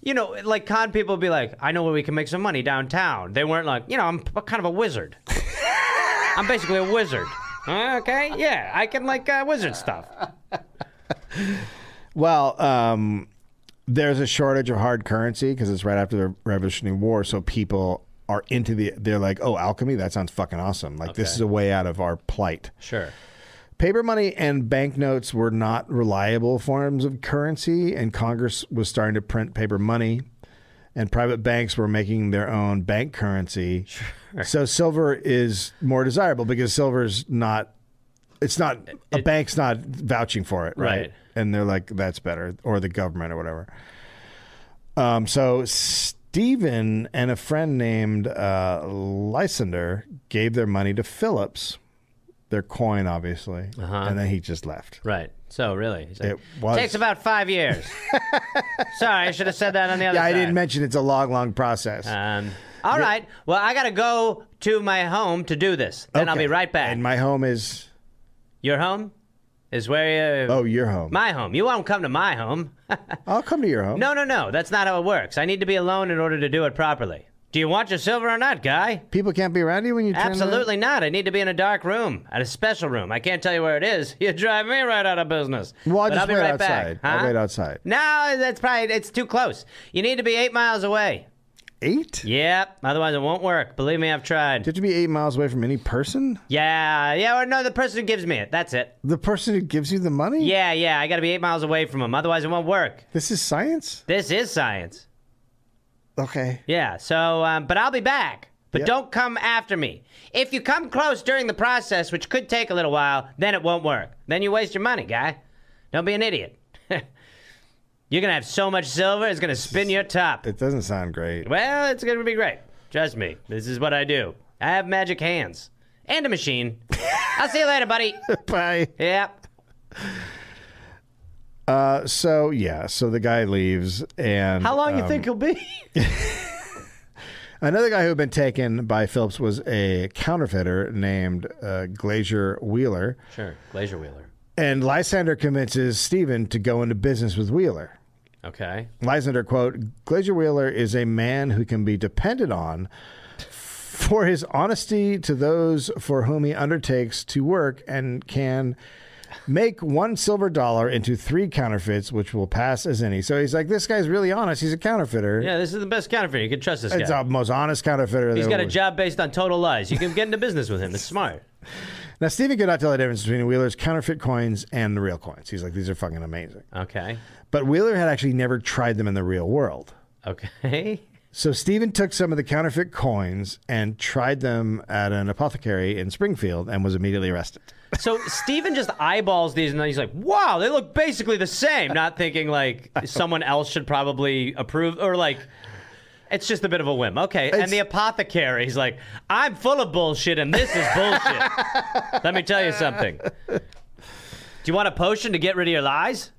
Speaker 1: you know, like con people be like, I know where we can make some money downtown. They weren't like, you know, I'm p- kind of a wizard. I'm basically a wizard. Okay, yeah, I can like uh, wizard stuff.
Speaker 3: well, um, there's a shortage of hard currency because it's right after the Revolutionary War, so people are into the. They're like, oh, alchemy. That sounds fucking awesome. Like this
Speaker 1: Okay.
Speaker 3: is a way out of our plight.
Speaker 1: Sure.
Speaker 3: Paper money and banknotes were not reliable forms of currency, and Congress was starting to print paper money, and private banks were making their own bank currency. So silver is more desirable because silver's not. It's not a bank's not vouching for it, right?
Speaker 1: Right.
Speaker 3: And they're like, that's better, or the government or whatever. Um, so Stephen and a friend named uh, Lysander gave their money to Phillips, their coin, obviously, and then he just left.
Speaker 1: Right. So really, he's like,
Speaker 3: It was-
Speaker 1: takes about five years. Sorry, I should have said that on the other
Speaker 3: Yeah, I
Speaker 1: side.
Speaker 3: didn't mention it's a long, long process.
Speaker 1: Um, all right. Well, I gotta go to my home to do this. Then I'll
Speaker 3: Okay.
Speaker 1: be right back.
Speaker 3: And my home is
Speaker 1: Your home is where you.
Speaker 3: oh, your home.
Speaker 1: My home. You won't come to my home.
Speaker 3: I'll come to your home.
Speaker 1: no, no, no. That's not how it works. I need to be alone in order to do it properly. Do you want your silver or not, guy?
Speaker 3: people can't be around you when you turn it on?
Speaker 1: Absolutely not. I need to be in a dark room, at a special room. I can't tell you where it is. You drive me right out of business.
Speaker 3: Well, I'll
Speaker 1: But
Speaker 3: just
Speaker 1: I'll be
Speaker 3: wait
Speaker 1: right
Speaker 3: outside.
Speaker 1: Back, huh?
Speaker 3: I'll wait outside.
Speaker 1: No, that's probably it's too close. You need to be eight miles away.
Speaker 3: Eight?
Speaker 1: Yep. Otherwise, it won't work. Believe me, I've tried.
Speaker 3: Do you have to be eight miles away from any person?
Speaker 1: Yeah, yeah. Or no, the person who gives me it. That's it.
Speaker 3: The person who gives you the money?
Speaker 1: Yeah, yeah. I got to be eight miles away from him. Otherwise, it won't work.
Speaker 3: This is science?
Speaker 1: This is science.
Speaker 3: Okay.
Speaker 1: Yeah. So, um, but I'll be back. But
Speaker 3: Yeah.
Speaker 1: don't come after me. If you come close during the process, which could take a little while, then it won't work. Then you waste your money, guy. Don't be an idiot. You're gonna have so much silver, it's gonna spin your top.
Speaker 3: It doesn't sound great.
Speaker 1: Well, it's gonna be great. Trust me. This is what I do. I have magic hands and a machine. I'll see you later, buddy.
Speaker 3: Bye.
Speaker 1: Yep.
Speaker 3: So yeah, so the guy leaves, and
Speaker 1: How long you
Speaker 3: um,
Speaker 1: think he'll be?
Speaker 3: Another guy who had been taken by Phillips was a counterfeiter named uh, Glazier Wheeler.
Speaker 1: sure. Glacier Wheeler.
Speaker 3: And Lysander convinces Stephen to go into business with Wheeler.
Speaker 1: Okay.
Speaker 3: Lysander, quote, Glacier Wheeler is a man who can be depended on for his honesty to those for whom he undertakes to work and can make one silver dollar into three counterfeits, which will pass as any. So he's like, this guy's really honest. He's a counterfeiter.
Speaker 1: Yeah, this is the best counterfeiter. You can trust this
Speaker 3: It's
Speaker 1: guy.
Speaker 3: the most honest counterfeiter.
Speaker 1: He's
Speaker 3: there
Speaker 1: got a
Speaker 3: was.
Speaker 1: job based on total lies. You can get into business with him. It's smart.
Speaker 3: Now, Stephen could not tell the difference between Wheeler's counterfeit coins and the real coins. He's like, these are fucking amazing.
Speaker 1: Okay.
Speaker 3: But Wheeler had actually never tried them in the real world.
Speaker 1: Okay.
Speaker 3: So Stephen took some of the counterfeit coins and tried them at an apothecary in Springfield and was immediately arrested.
Speaker 1: So Steven just eyeballs these and then he's like, wow, they look basically the same. Not thinking like someone else should probably approve or like. It's just a bit of a whim. Okay. and
Speaker 3: It's-
Speaker 1: the apothecary, he's like, I'm full of bullshit and this is bullshit. Let me tell you something. Do you want a potion to get rid of your lies?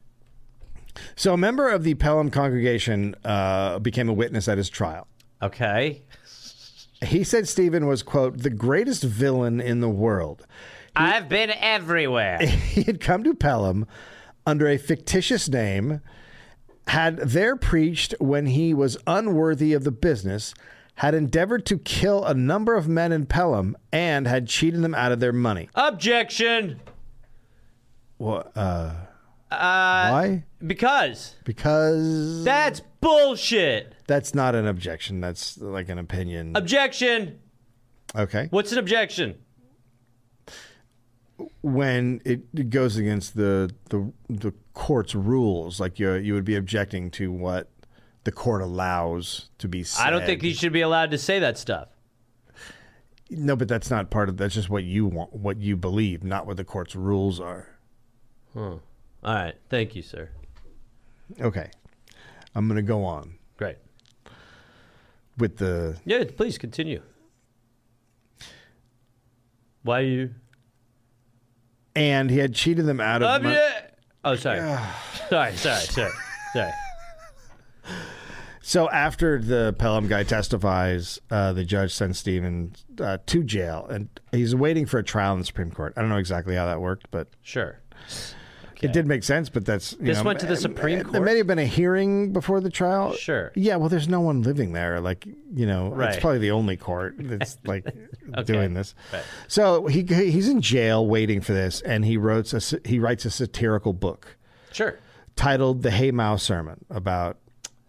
Speaker 3: So a member of the Pelham congregation uh, became a witness at his trial.
Speaker 1: Okay.
Speaker 3: He said Stephen was, quote, the greatest villain in the world.
Speaker 1: I've been everywhere.
Speaker 3: he had come to Pelham under a fictitious name, had there preached when he was unworthy of the business, had endeavored to kill a number of men in Pelham, and had cheated them out of their money.
Speaker 1: Objection.
Speaker 3: What? Uh,
Speaker 1: Uh,
Speaker 3: why?
Speaker 1: Because
Speaker 3: Because
Speaker 1: that's bullshit.
Speaker 3: that's not an objection. That's like an opinion.
Speaker 1: uh, Objection.
Speaker 3: okay.
Speaker 1: What's an objection?
Speaker 3: When it, it goes against the, the the court's rules, like you you would be objecting to what the court allows to be said.
Speaker 1: I don't think he should be allowed to say that stuff.
Speaker 3: No, but that's not part of. That's just what you want, what you believe, not what the court's rules are.
Speaker 1: All right. Thank you, sir.
Speaker 3: Okay, I'm gonna go on
Speaker 1: Great.
Speaker 3: with the.
Speaker 1: Yeah, please continue. Why are you?
Speaker 3: And he had cheated them out of. mon-
Speaker 1: Obje- oh, sorry. sorry, sorry, sorry, sorry.
Speaker 3: So after the Pelham guy testifies, uh, the judge sends Stephen uh, to jail, and he's waiting for a trial in the Supreme Court. I don't know exactly how that worked, but
Speaker 1: Sure.
Speaker 3: it did make sense. But that's you
Speaker 1: This
Speaker 3: know,
Speaker 1: went to the
Speaker 3: eh,
Speaker 1: Supreme
Speaker 3: eh, There
Speaker 1: Court?
Speaker 3: may have been a hearing before the trial.
Speaker 1: Sure.
Speaker 3: Yeah. Well, there's no one living there. Like you know,
Speaker 1: Right.
Speaker 3: it's probably the only court that's like doing this. So he he's in jail waiting for this, and he wrote a sa- he writes a satirical book
Speaker 1: Sure.
Speaker 3: titled "The Hay Mao Sermon" about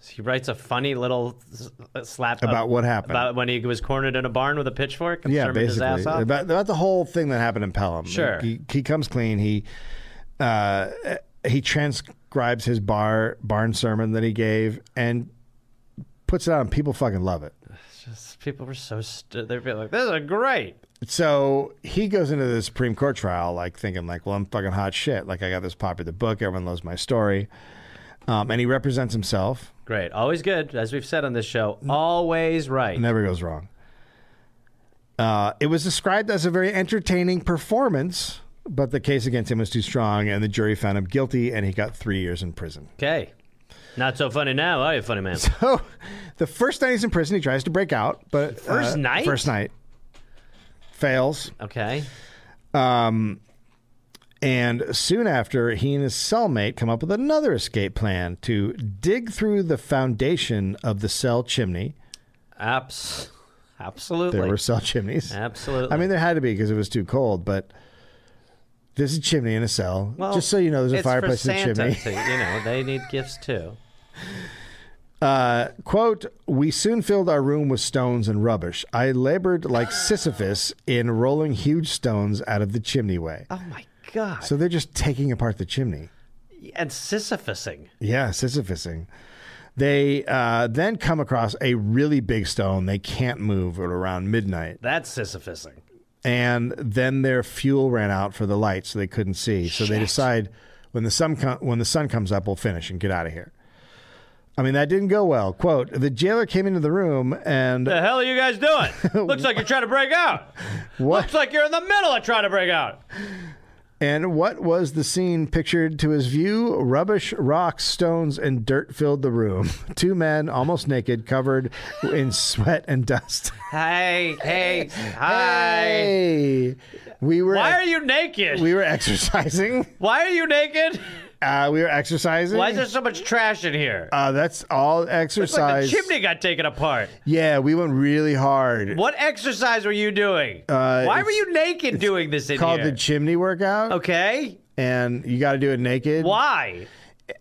Speaker 1: He writes a funny little s- uh, slap
Speaker 3: About what happened.
Speaker 1: about when he was cornered in a barn with a pitchfork. And
Speaker 3: yeah,
Speaker 1: sermoned his
Speaker 3: basically
Speaker 1: ass off.
Speaker 3: about about the whole thing that happened in Pelham.
Speaker 1: Sure.
Speaker 3: he, he comes clean. He uh, he transcribes his bar barn sermon that he gave and puts it out, and people fucking love it.
Speaker 1: People were so st- they're like, "This is great."
Speaker 3: So he goes into the Supreme Court trial, like thinking, like, well, I'm fucking hot shit. Like, I got this popular book. Everyone loves my story. Um, and he represents himself.
Speaker 1: Great. Always good, as we've said on this show.
Speaker 3: Mm.
Speaker 1: Always right.
Speaker 3: Never goes wrong. Uh, it was described as a very entertaining performance, but the case against him was too strong, and the jury found him guilty, and he got three years in prison.
Speaker 1: Okay. Not so funny now, are you, funny man?
Speaker 3: Oh, the first night he's in prison, he tries to break out, but uh,
Speaker 1: First night?
Speaker 3: first night, fails.
Speaker 1: Okay.
Speaker 3: And soon after, he and his cellmate come up with another escape plan to dig through the foundation of the cell chimney.
Speaker 1: Abs-
Speaker 3: There
Speaker 1: absolutely.
Speaker 3: were cell chimneys.
Speaker 1: Absolutely.
Speaker 3: I mean, there had to be because it was too cold, but there's a chimney in a cell.
Speaker 1: Well,
Speaker 3: Just so you know, there's a
Speaker 1: it's for
Speaker 3: fireplace in
Speaker 1: Santa
Speaker 3: the chimney.
Speaker 1: to- you know, they need gifts too.
Speaker 3: Quote, we soon filled our room with stones and rubbish. I labored like Sisyphus in rolling huge stones out of the chimney way.
Speaker 1: Oh my god!
Speaker 3: So they're just taking apart the chimney.
Speaker 1: and Sisyphusing.
Speaker 3: Yeah, Sisyphusing. They uh, then come across a really big stone they can't move at around midnight,
Speaker 1: That's Sisyphusing.
Speaker 3: and then their fuel ran out for the light, so they couldn't see. So they decide when the sun com- when the sun comes up, we'll finish and get out of here. I mean, that didn't go well. Quote: The jailer came into the room and
Speaker 1: The hell are you guys doing? Looks like you're trying to break out.
Speaker 3: what
Speaker 1: Looks like you're in the middle of trying to break out.
Speaker 3: and what was the scene pictured to his view? Rubbish, rocks, stones, and dirt filled the room. Two men, almost naked, covered in sweat and dust.
Speaker 1: Hey, hey, hi.
Speaker 3: Hey. We were
Speaker 1: Why are you naked?
Speaker 3: we were exercising.
Speaker 1: Why are you naked?
Speaker 3: Uh, we were exercising.
Speaker 1: Why is there so much trash in here?
Speaker 3: uh, that's all
Speaker 1: It's like the
Speaker 3: exercise.
Speaker 1: chimney got taken apart.
Speaker 3: yeah, we went really hard.
Speaker 1: What exercise were you doing?
Speaker 3: Uh,
Speaker 1: Why
Speaker 3: it's-
Speaker 1: were you naked doing this in
Speaker 3: Called
Speaker 1: here?
Speaker 3: the chimney workout,
Speaker 1: okay.
Speaker 3: and you got to do it naked.
Speaker 1: Why?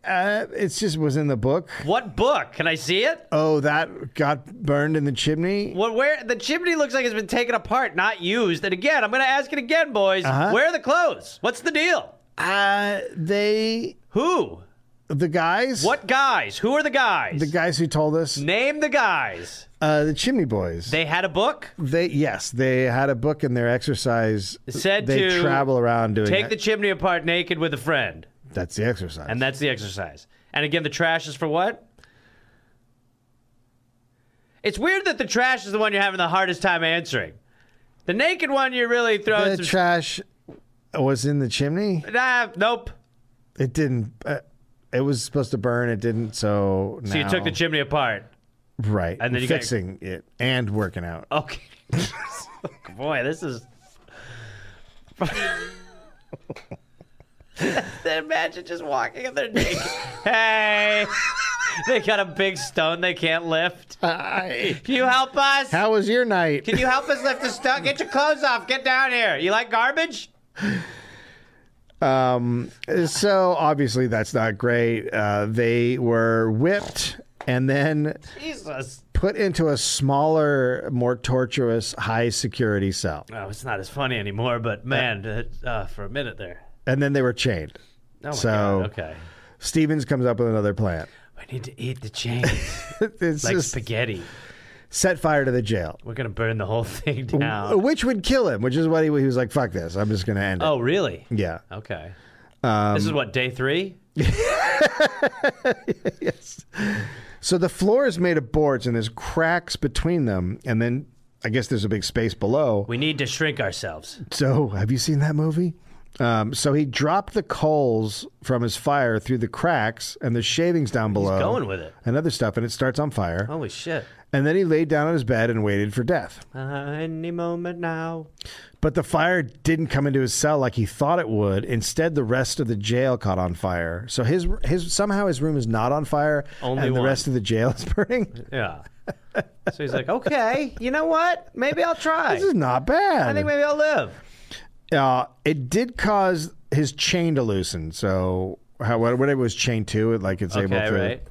Speaker 3: Uh, it's just was in the book.
Speaker 1: What book? Can I see it?
Speaker 3: Oh, that got burned in the chimney.
Speaker 1: What? Where? The chimney looks like it's been taken apart, not used. And again, I'm going to ask it again, boys.
Speaker 3: Uh-huh.
Speaker 1: Where are the clothes? What's the deal?
Speaker 3: Uh, they,
Speaker 1: Who?
Speaker 3: the guys,
Speaker 1: What guys? Who are the guys?
Speaker 3: the guys who told us,
Speaker 1: Name the guys.
Speaker 3: uh, the chimney boys.
Speaker 1: They had a book.
Speaker 3: They yes, they had a book in their exercise.
Speaker 1: Said
Speaker 3: they
Speaker 1: to
Speaker 3: travel around doing
Speaker 1: Take the
Speaker 3: that.
Speaker 1: chimney apart naked with a friend.
Speaker 3: That's the exercise.
Speaker 1: And that's the exercise. And again, the trash is for what? It's weird that the trash is the one you're having the hardest time answering. The naked one, you're really throwing
Speaker 3: the
Speaker 1: some.
Speaker 3: trash was in the chimney.
Speaker 1: nah, nope.
Speaker 3: It didn't. Uh, it was supposed to burn. It didn't. So
Speaker 1: So you took the chimney apart.
Speaker 3: right
Speaker 1: and then you got-
Speaker 3: fixing it and working out.
Speaker 1: Okay. Boy, this is. Imagine just walking in there naked. hey, they got a big stone they can't lift.
Speaker 3: Hi.
Speaker 1: Can you help us?
Speaker 3: How was your night?
Speaker 1: Can you help us lift the stone? Get your clothes off. Get down here. You like garbage?
Speaker 3: Um, so obviously that's not great. Uh, they were whipped and then
Speaker 1: Jesus.
Speaker 3: put into a smaller, more tortuous, high security cell,
Speaker 1: Oh, it's not as funny anymore, but man, uh, uh, for a minute there.
Speaker 3: and then they were chained.
Speaker 1: Oh my
Speaker 3: So-
Speaker 1: God, okay.
Speaker 3: Stevens comes up with another plan.
Speaker 1: We need to eat the chains
Speaker 3: It's
Speaker 1: like
Speaker 3: just
Speaker 1: spaghetti.
Speaker 3: set fire to the jail,
Speaker 1: We're gonna burn the whole thing down.
Speaker 3: which would kill him. Which is what he, he was like. Fuck this! I'm just gonna end it.
Speaker 1: Oh, really?
Speaker 3: Yeah. Um,
Speaker 1: Okay. this is what day three.
Speaker 3: So the floor is made of boards, and there's cracks between them, and then I guess there's a big space below.
Speaker 1: We need to shrink ourselves.
Speaker 3: So, have you seen that movie? Um, so he dropped the coals from his fire through the cracks and the shavings down below.
Speaker 1: going with it.
Speaker 3: And other stuff, and it starts on fire.
Speaker 1: Holy shit!
Speaker 3: And then he laid down on his bed and waited for death.
Speaker 1: Uh, any moment now.
Speaker 3: But the fire didn't come into his cell like he thought it would. Instead, the rest of the jail caught on fire. So his his somehow his room is not on fire,
Speaker 1: Only
Speaker 3: and the
Speaker 1: one.
Speaker 3: rest of the jail is burning.
Speaker 1: Yeah. so he's like, okay, you know what? Maybe I'll try.
Speaker 3: This is not bad.
Speaker 1: I think maybe I'll live.
Speaker 3: Uh, it did cause his chain to loosen. So how whatever it was chained to, it like it's able
Speaker 1: Okay,
Speaker 3: to.
Speaker 1: right.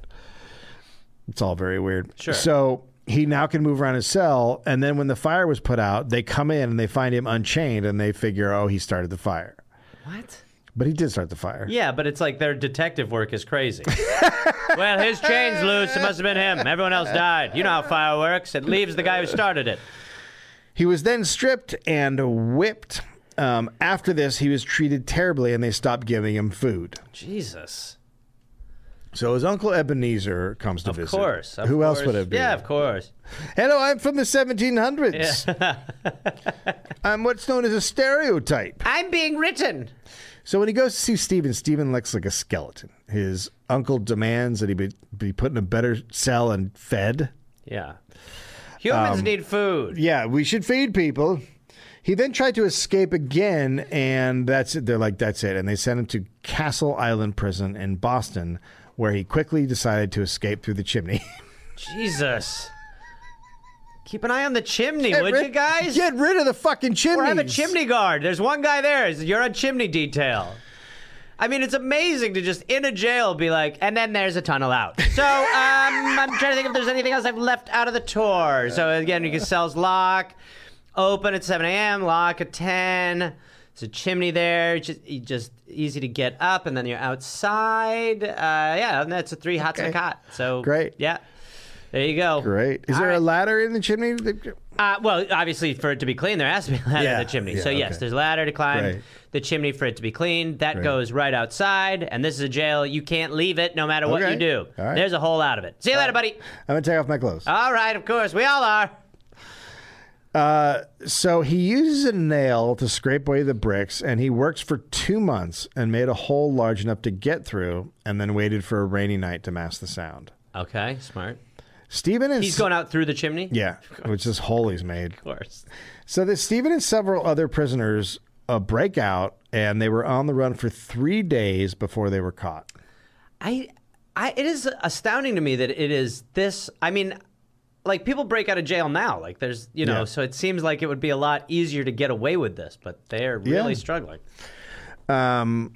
Speaker 3: It's all very weird.
Speaker 1: Sure.
Speaker 3: So he now can move around his cell, and then when the fire was put out, they come in and they find him unchained, and they figure, oh, he started the fire.
Speaker 1: What?
Speaker 3: But he did start the fire.
Speaker 1: Yeah, but it's like their detective work is crazy. well, his chain's loose. It must have been him. Everyone else died. You know how fire works. It leaves the guy who started it.
Speaker 3: He was then stripped and whipped. Um, after this, he was treated terribly, and they stopped giving him food.
Speaker 1: Jesus.
Speaker 3: So his uncle Ebenezer comes to
Speaker 1: Of
Speaker 3: visit.
Speaker 1: course. Of
Speaker 3: Who else
Speaker 1: course.
Speaker 3: would it be?
Speaker 1: Yeah, of course.
Speaker 3: Hello, I'm from the 1700s. I'm what's known as a stereotype.
Speaker 1: I'm being written.
Speaker 3: So when he goes to see Stephen, Stephen looks like a skeleton. His uncle demands that he be, be put in a better cell and fed.
Speaker 1: Yeah.
Speaker 3: Um,
Speaker 1: Humans need food.
Speaker 3: Yeah, we should feed people. He then tried to escape again, and that's it. They're like, that's it. And they sent him to Castle Island Prison in Boston, where he quickly decided to escape through the chimney.
Speaker 1: Jesus. Keep an eye on the chimney, would
Speaker 3: Get
Speaker 1: you
Speaker 3: rid-
Speaker 1: guys?
Speaker 3: Get rid of the fucking chimney.
Speaker 1: or have a chimney guard. There's one guy there. He's- You're on chimney detail. I mean, it's amazing to just in a jail be like, and then there's a tunnel out. So um, I'm trying to think if there's anything else I've left out of the tour. So again, you can cells lock, open at 7 a.m., lock at 10. There's a chimney there. It's Just, you just easy to get up, and then you're outside. Uh, yeah, and that's a three hot okay. hot. So
Speaker 3: Great.
Speaker 1: Yeah. There you go.
Speaker 3: Right? Is there a
Speaker 1: right.
Speaker 3: ladder in the chimney? that-
Speaker 1: Uh, well, obviously, for it to be clean, there has to be a ladder
Speaker 3: Yeah,
Speaker 1: to the chimney.
Speaker 3: yeah,
Speaker 1: so yes,
Speaker 3: okay.
Speaker 1: there's a ladder to climb
Speaker 3: Right.
Speaker 1: the chimney for it to be cleaned. That
Speaker 3: Right.
Speaker 1: goes right outside, and this is a jail. You can't leave it, no matter what
Speaker 3: Okay.
Speaker 1: you do.
Speaker 3: All right.
Speaker 1: There's a hole out of it. See you later, buddy.
Speaker 3: I'm gonna take off my clothes.
Speaker 1: All right, of course, we all are.
Speaker 3: So he uses a nail to scrape away the bricks, and he works for two months and made a hole large enough to get through, and then waited for a rainy night to mask the sound.
Speaker 1: Okay, smart.
Speaker 3: Stephen and
Speaker 1: He's going out through the chimney.
Speaker 3: yeah, which this hole he's made.
Speaker 1: of course.
Speaker 3: So that Stephen and several other prisoners a breakout, and they were on the run for three days before they were caught.
Speaker 1: I, I, it is astounding to me that it is this. I mean, like people break out of jail now. Like there's, you know,
Speaker 3: Yeah.
Speaker 1: so it seems like it would be a lot easier to get away with this, but they're really
Speaker 3: Yeah.
Speaker 1: struggling.
Speaker 3: Um,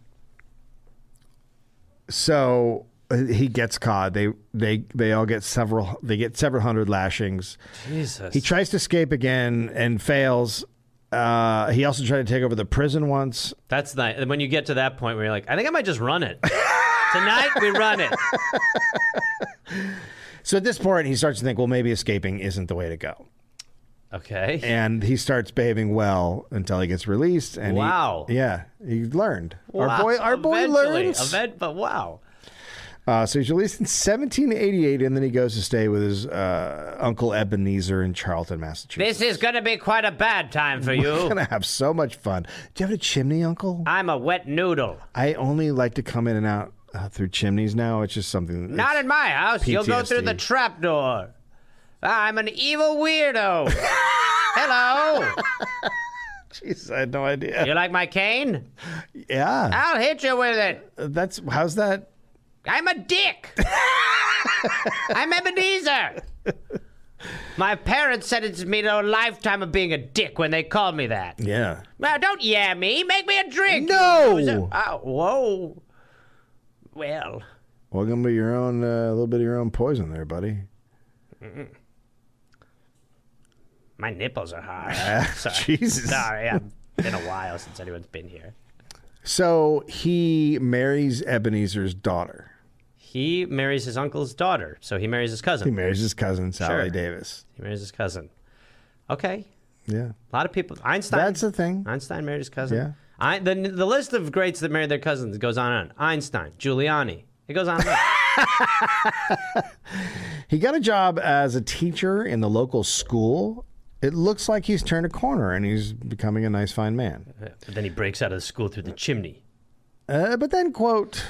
Speaker 3: so uh, he gets caught. They they they all get several. They get several hundred lashings.
Speaker 1: Jesus.
Speaker 3: He tries to escape again and fails. Uh, he also tried to take over the prison once.
Speaker 1: That's nice. And when you get to that point where you're like, I think I might just run it. Tonight we run it.
Speaker 3: So at this point, he starts to think, well, maybe escaping isn't the way to go.
Speaker 1: Okay.
Speaker 3: And he starts behaving well until he gets released. And he-
Speaker 1: Wow.
Speaker 3: yeah, he learned. Our
Speaker 1: Wow.
Speaker 3: boy, our boy
Speaker 1: Eventually.
Speaker 3: learns.
Speaker 1: Event, but wow.
Speaker 3: Uh, so he's released in 1788, and then he goes to stay with his uh, uncle Ebenezer in Charlton, Massachusetts.
Speaker 1: This is going to be quite a bad time for
Speaker 3: We're
Speaker 1: you.
Speaker 3: gonna have so much fun. Do you have a chimney, Uncle?
Speaker 1: I'm a wet noodle.
Speaker 3: I only like to come in and out uh, through chimneys now. It's just something.
Speaker 1: Not in my house. You'll go through the
Speaker 3: PTSD.
Speaker 1: trap door. I'm an evil weirdo. Hello.
Speaker 3: Jeez, I had no idea.
Speaker 1: You like my cane?
Speaker 3: Yeah,
Speaker 1: I'll hit you with it.
Speaker 3: Uh, that's how's that?
Speaker 1: I'm a dick. I'm Ebenezer. My parents sentenced me to a lifetime of being a dick when they called me that.
Speaker 3: Yeah.
Speaker 1: Now, don't yam me. Make me a drink.
Speaker 3: No!
Speaker 1: loser. Oh, whoa. Well,
Speaker 3: Welcome to your own, uh, a little bit of your own poison there, buddy.
Speaker 1: my nipples are hard. Sorry.
Speaker 3: Jesus.
Speaker 1: Sorry, I've been a while since anyone's been here.
Speaker 3: So he marries Ebenezer's daughter.
Speaker 1: He marries his uncle's daughter, so he marries his cousin.
Speaker 3: He marries his cousin Sally
Speaker 1: Sure.
Speaker 3: Davis.
Speaker 1: He marries his cousin. Okay.
Speaker 3: Yeah,
Speaker 1: A lot of people. Einstein.
Speaker 3: that's the thing.
Speaker 1: Einstein married his cousin.
Speaker 3: Yeah.
Speaker 1: I, the, the list of greats that married their cousins goes on and on. Einstein, Giuliani. It goes on and on.
Speaker 3: He got a job as a teacher in the local school. It looks like he's turned a corner and he's becoming a nice, fine man.
Speaker 1: but then he breaks out of the school through the chimney.
Speaker 3: Uh, but then, quote,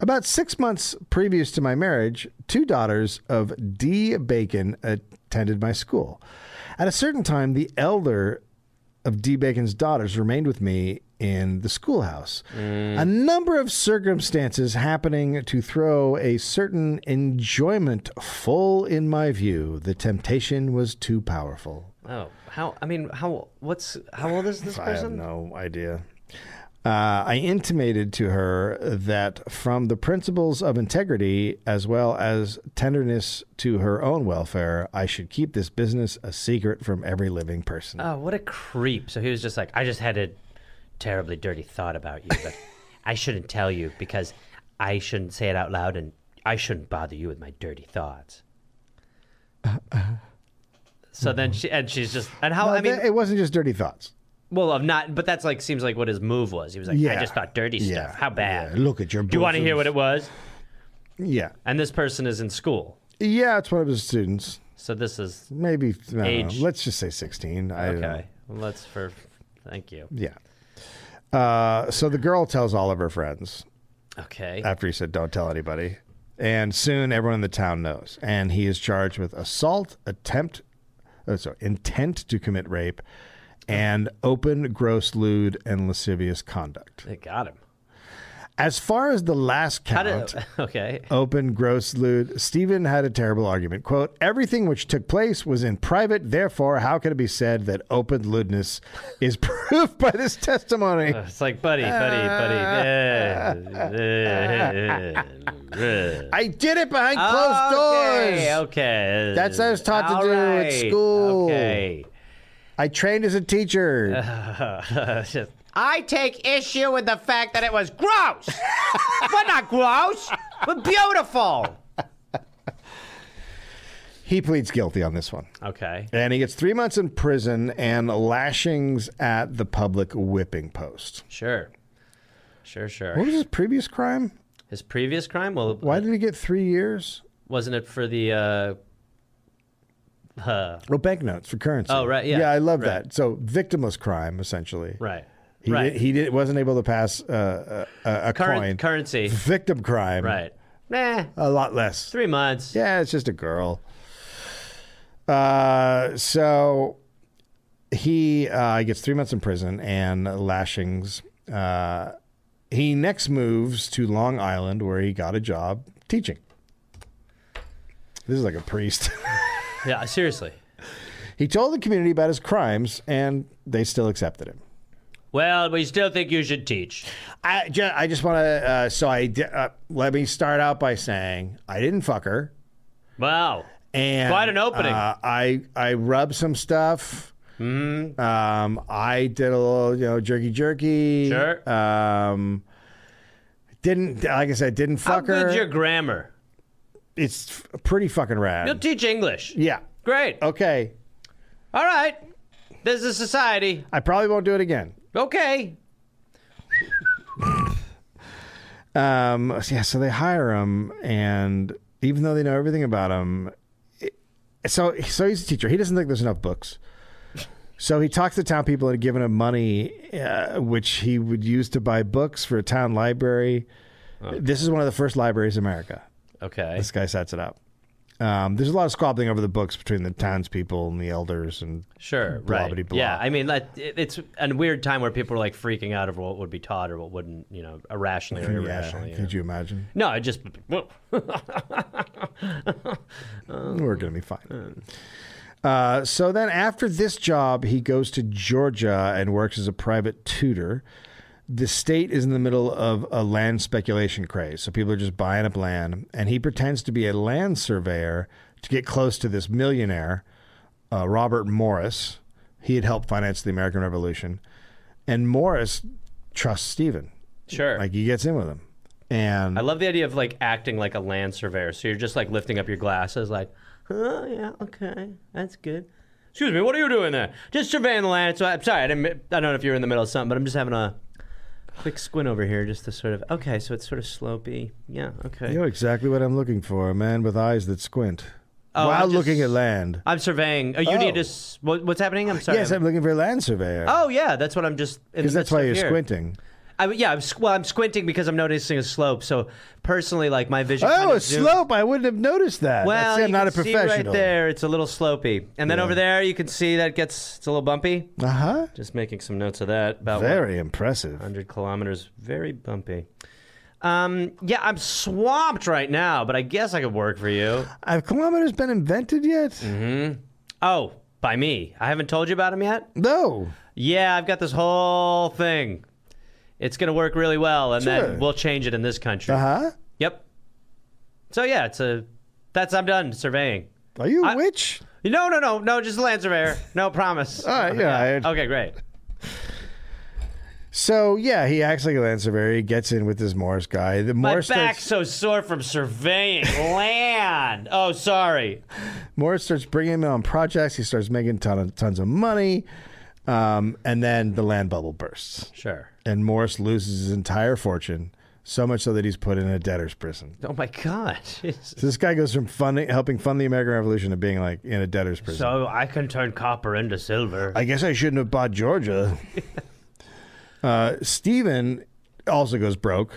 Speaker 3: about six months previous to my marriage, two daughters of D. Bacon attended my school. At a certain time, the elder of D. Bacon's daughters remained with me in the schoolhouse. A number of circumstances happening to throw a certain enjoyment full in my view. The temptation was too powerful.
Speaker 1: Oh, how? I mean, how? What's? How old is this
Speaker 3: I have
Speaker 1: person?
Speaker 3: no idea. Uh, I intimated to her that from the principles of integrity as well as tenderness to her own welfare, I should keep this business a secret from every living person.
Speaker 1: Oh, what a creep! So he was just like, I just had a terribly dirty thought about you, but I shouldn't tell you because I shouldn't say it out loud, and I shouldn't bother you with my dirty thoughts. So then she and she's just and how
Speaker 3: Well,
Speaker 1: I mean
Speaker 3: it wasn't just dirty thoughts.
Speaker 1: Well, of not, but that's like seems like what his move was. He was like, I
Speaker 3: Yeah.
Speaker 1: just thought dirty
Speaker 3: Yeah.
Speaker 1: stuff. How bad?
Speaker 3: Yeah. Look at your
Speaker 1: Do you want to hear
Speaker 3: bosoms.
Speaker 1: what it was?
Speaker 3: Yeah.
Speaker 1: And this person is in school,
Speaker 3: Yeah, it's one of his students.
Speaker 1: so this is
Speaker 3: Maybe, I don't
Speaker 1: Age.
Speaker 3: know. let's just say 16. I don't know.
Speaker 1: okay. Let's for, thank you.
Speaker 3: Yeah. Uh, so the girl tells all of her friends
Speaker 1: Okay.
Speaker 3: after he said, don't tell anybody. And soon everyone in the town knows. And he is charged with assault, attempt, oh, sorry, intent to commit rape, and open, gross, lewd, and lascivious conduct.
Speaker 1: they got him.
Speaker 3: As far as the last
Speaker 1: How
Speaker 3: count,
Speaker 1: did? Okay.
Speaker 3: open, gross, lewd. Stephen had a terrible argument. Quote, everything which took place was in private, therefore, how can it be said that open lewdness is proved by this testimony?
Speaker 1: It's like, buddy, buddy, buddy. eh, eh, eh.
Speaker 3: I did it behind
Speaker 1: Uh,
Speaker 3: closed doors.
Speaker 1: Okay. Okay.
Speaker 3: That's what I was taught to
Speaker 1: All
Speaker 3: do at
Speaker 1: right,
Speaker 3: school.
Speaker 1: Okay.
Speaker 3: I trained as a teacher.
Speaker 1: I take issue with the fact that it was gross. but not gross. But beautiful.
Speaker 3: he pleads guilty on this one.
Speaker 1: Okay.
Speaker 3: And he gets three months in prison and lashings at the public whipping post.
Speaker 1: Sure. Sure,
Speaker 3: What
Speaker 1: sure.
Speaker 3: was his previous crime?
Speaker 1: His previous crime? Well, uh,
Speaker 3: Why did he get three years?
Speaker 1: wasn't it for the? Uh,
Speaker 3: Oh, banknotes for currency.
Speaker 1: Oh, right, yeah.
Speaker 3: Yeah, I love
Speaker 1: Right.
Speaker 3: that. So victimless crime, essentially.
Speaker 1: right.
Speaker 3: He,
Speaker 1: right.
Speaker 3: Did, he did, wasn't able to pass uh, a, a, a
Speaker 1: Current
Speaker 3: coin. Uh,
Speaker 1: currency.
Speaker 3: Victim crime.
Speaker 1: right. Nah.
Speaker 3: A lot less.
Speaker 1: Three months.
Speaker 3: Yeah, it's just a girl. Uh, so he uh, gets three months in prison and lashings. Uh, he next moves to Long Island, where he got a job teaching. This is like a priest.
Speaker 1: Yeah, seriously.
Speaker 3: he told the community about his crimes, and they still accepted him.
Speaker 1: Well, we still think you should teach.
Speaker 3: I just, I just want to. Uh, so I di- uh, let me start out by saying I didn't fuck her,
Speaker 1: Wow.
Speaker 3: and
Speaker 1: Quite an opening.
Speaker 3: uh, I I rubbed some stuff.
Speaker 1: Mm-hmm.
Speaker 3: Um, I did a little, you know, jerky jerky.
Speaker 1: Sure.
Speaker 3: Um, didn't like I said, didn't
Speaker 1: How
Speaker 3: fuck
Speaker 1: good's
Speaker 3: her.
Speaker 1: your grammar?
Speaker 3: It's f- pretty fucking rad.
Speaker 1: You'll teach English.
Speaker 3: yeah.
Speaker 1: Great.
Speaker 3: Okay.
Speaker 1: All right. This is society.
Speaker 3: I probably won't do it again.
Speaker 1: Okay.
Speaker 3: Um, so yeah, so they hire him, and even though they know everything about him, it- so so he's a teacher. He doesn't think there's enough books, so he talks to town people and giving him money, uh, which he would use to buy books for a town library. This is one of the first libraries in America.
Speaker 1: Okay.
Speaker 3: This guy sets it up. Um, there's a lot of squabbling over the books between the townspeople and the elders, and
Speaker 1: Sure.
Speaker 3: blah,
Speaker 1: right.
Speaker 3: bitty, blah.
Speaker 1: Yeah. I mean, that, it, it's a weird time where people are like freaking out over what would be taught or what wouldn't, you know, irrationally or irrationally.
Speaker 3: yeah,
Speaker 1: you know.
Speaker 3: could you imagine?
Speaker 1: No, I just. Well,
Speaker 3: We're gonna be
Speaker 1: Mm.
Speaker 3: fine. Uh, so then, after this job, he goes to Georgia and works as a private tutor. The state is in the middle of a land speculation craze, so people are just buying up land, and he pretends to be a land surveyor to get close to this millionaire, uh, Robert Morris. He had helped finance the American Revolution, and Morris trusts Stephen.
Speaker 1: sure.
Speaker 3: Like he gets in with him, and
Speaker 1: I love the idea of like acting like a land surveyor. So you're just like lifting up your glasses, like, oh yeah, okay, that's good. Excuse me, what are you doing there? Just surveying the land. So I'm sorry, I didn't. I don't know if you were in the middle of something, but I'm just having a quick squint over here, just to sort of. Okay, so it's sort of slopey. Yeah. Okay.
Speaker 3: you're exactly what I'm looking for—a man with eyes that squint
Speaker 1: Oh,
Speaker 3: while
Speaker 1: I'm just-
Speaker 3: looking at land.
Speaker 1: I'm surveying. Oh, you
Speaker 3: Oh.
Speaker 1: need to. s- What, what's happening? I'm sorry.
Speaker 3: Yes, I'm looking for a land surveyor.
Speaker 1: oh yeah, that's what I'm just. in the
Speaker 3: because that's
Speaker 1: midst
Speaker 3: why
Speaker 1: of
Speaker 3: you're
Speaker 1: here.
Speaker 3: squinting.
Speaker 1: I, yeah, I'm, squ- well, I'm squinting because I'm noticing a slope. So personally, like my vision. kind
Speaker 3: Oh,
Speaker 1: of
Speaker 3: a
Speaker 1: zooms-
Speaker 3: slope! I wouldn't have noticed that.
Speaker 1: Well,
Speaker 3: That's it,
Speaker 1: you
Speaker 3: I'm not
Speaker 1: can
Speaker 3: a professional.
Speaker 1: See right there, it's a little slopey, and then over there you can see that it gets it's a little bumpy.
Speaker 3: Uh huh.
Speaker 1: Just making some notes of that. About
Speaker 3: Very impressive.
Speaker 1: 100 kilometers, very bumpy. Um, yeah, I'm swamped right now, but I guess I could work for you.
Speaker 3: Have kilometers been invented yet?
Speaker 1: Oh, by me. I haven't told you about him yet.
Speaker 3: No.
Speaker 1: Yeah, I've got this whole thing. It's gonna work really well, and
Speaker 3: Sure.
Speaker 1: then we'll change it in this country.
Speaker 3: Uh huh.
Speaker 1: Yep. So yeah, it's a. That's I'm done surveying.
Speaker 3: Are you a
Speaker 1: I-
Speaker 3: witch?
Speaker 1: No, no, no, no, just a land surveyor. No promise.
Speaker 3: All right. Yeah. I-
Speaker 1: Okay, great.
Speaker 3: So yeah, he acts like a land surveyor. He gets in with this Morris guy. The
Speaker 1: My
Speaker 3: Morris
Speaker 1: back's
Speaker 3: starts,
Speaker 1: so sore from surveying land. Oh, sorry.
Speaker 3: Morris starts bringing him on projects. He starts making ton, tons of money, um, and then the land bubble bursts,
Speaker 1: Sure.
Speaker 3: and Morris loses his entire fortune. So much so that he's put in a debtor's prison.
Speaker 1: Oh my God. Jesus.
Speaker 3: So this guy goes from funding, helping fund the American Revolution to being like in a debtor's prison.
Speaker 1: So I can turn copper into silver.
Speaker 3: I guess I shouldn't have bought Georgia. uh, Stephen also goes broke.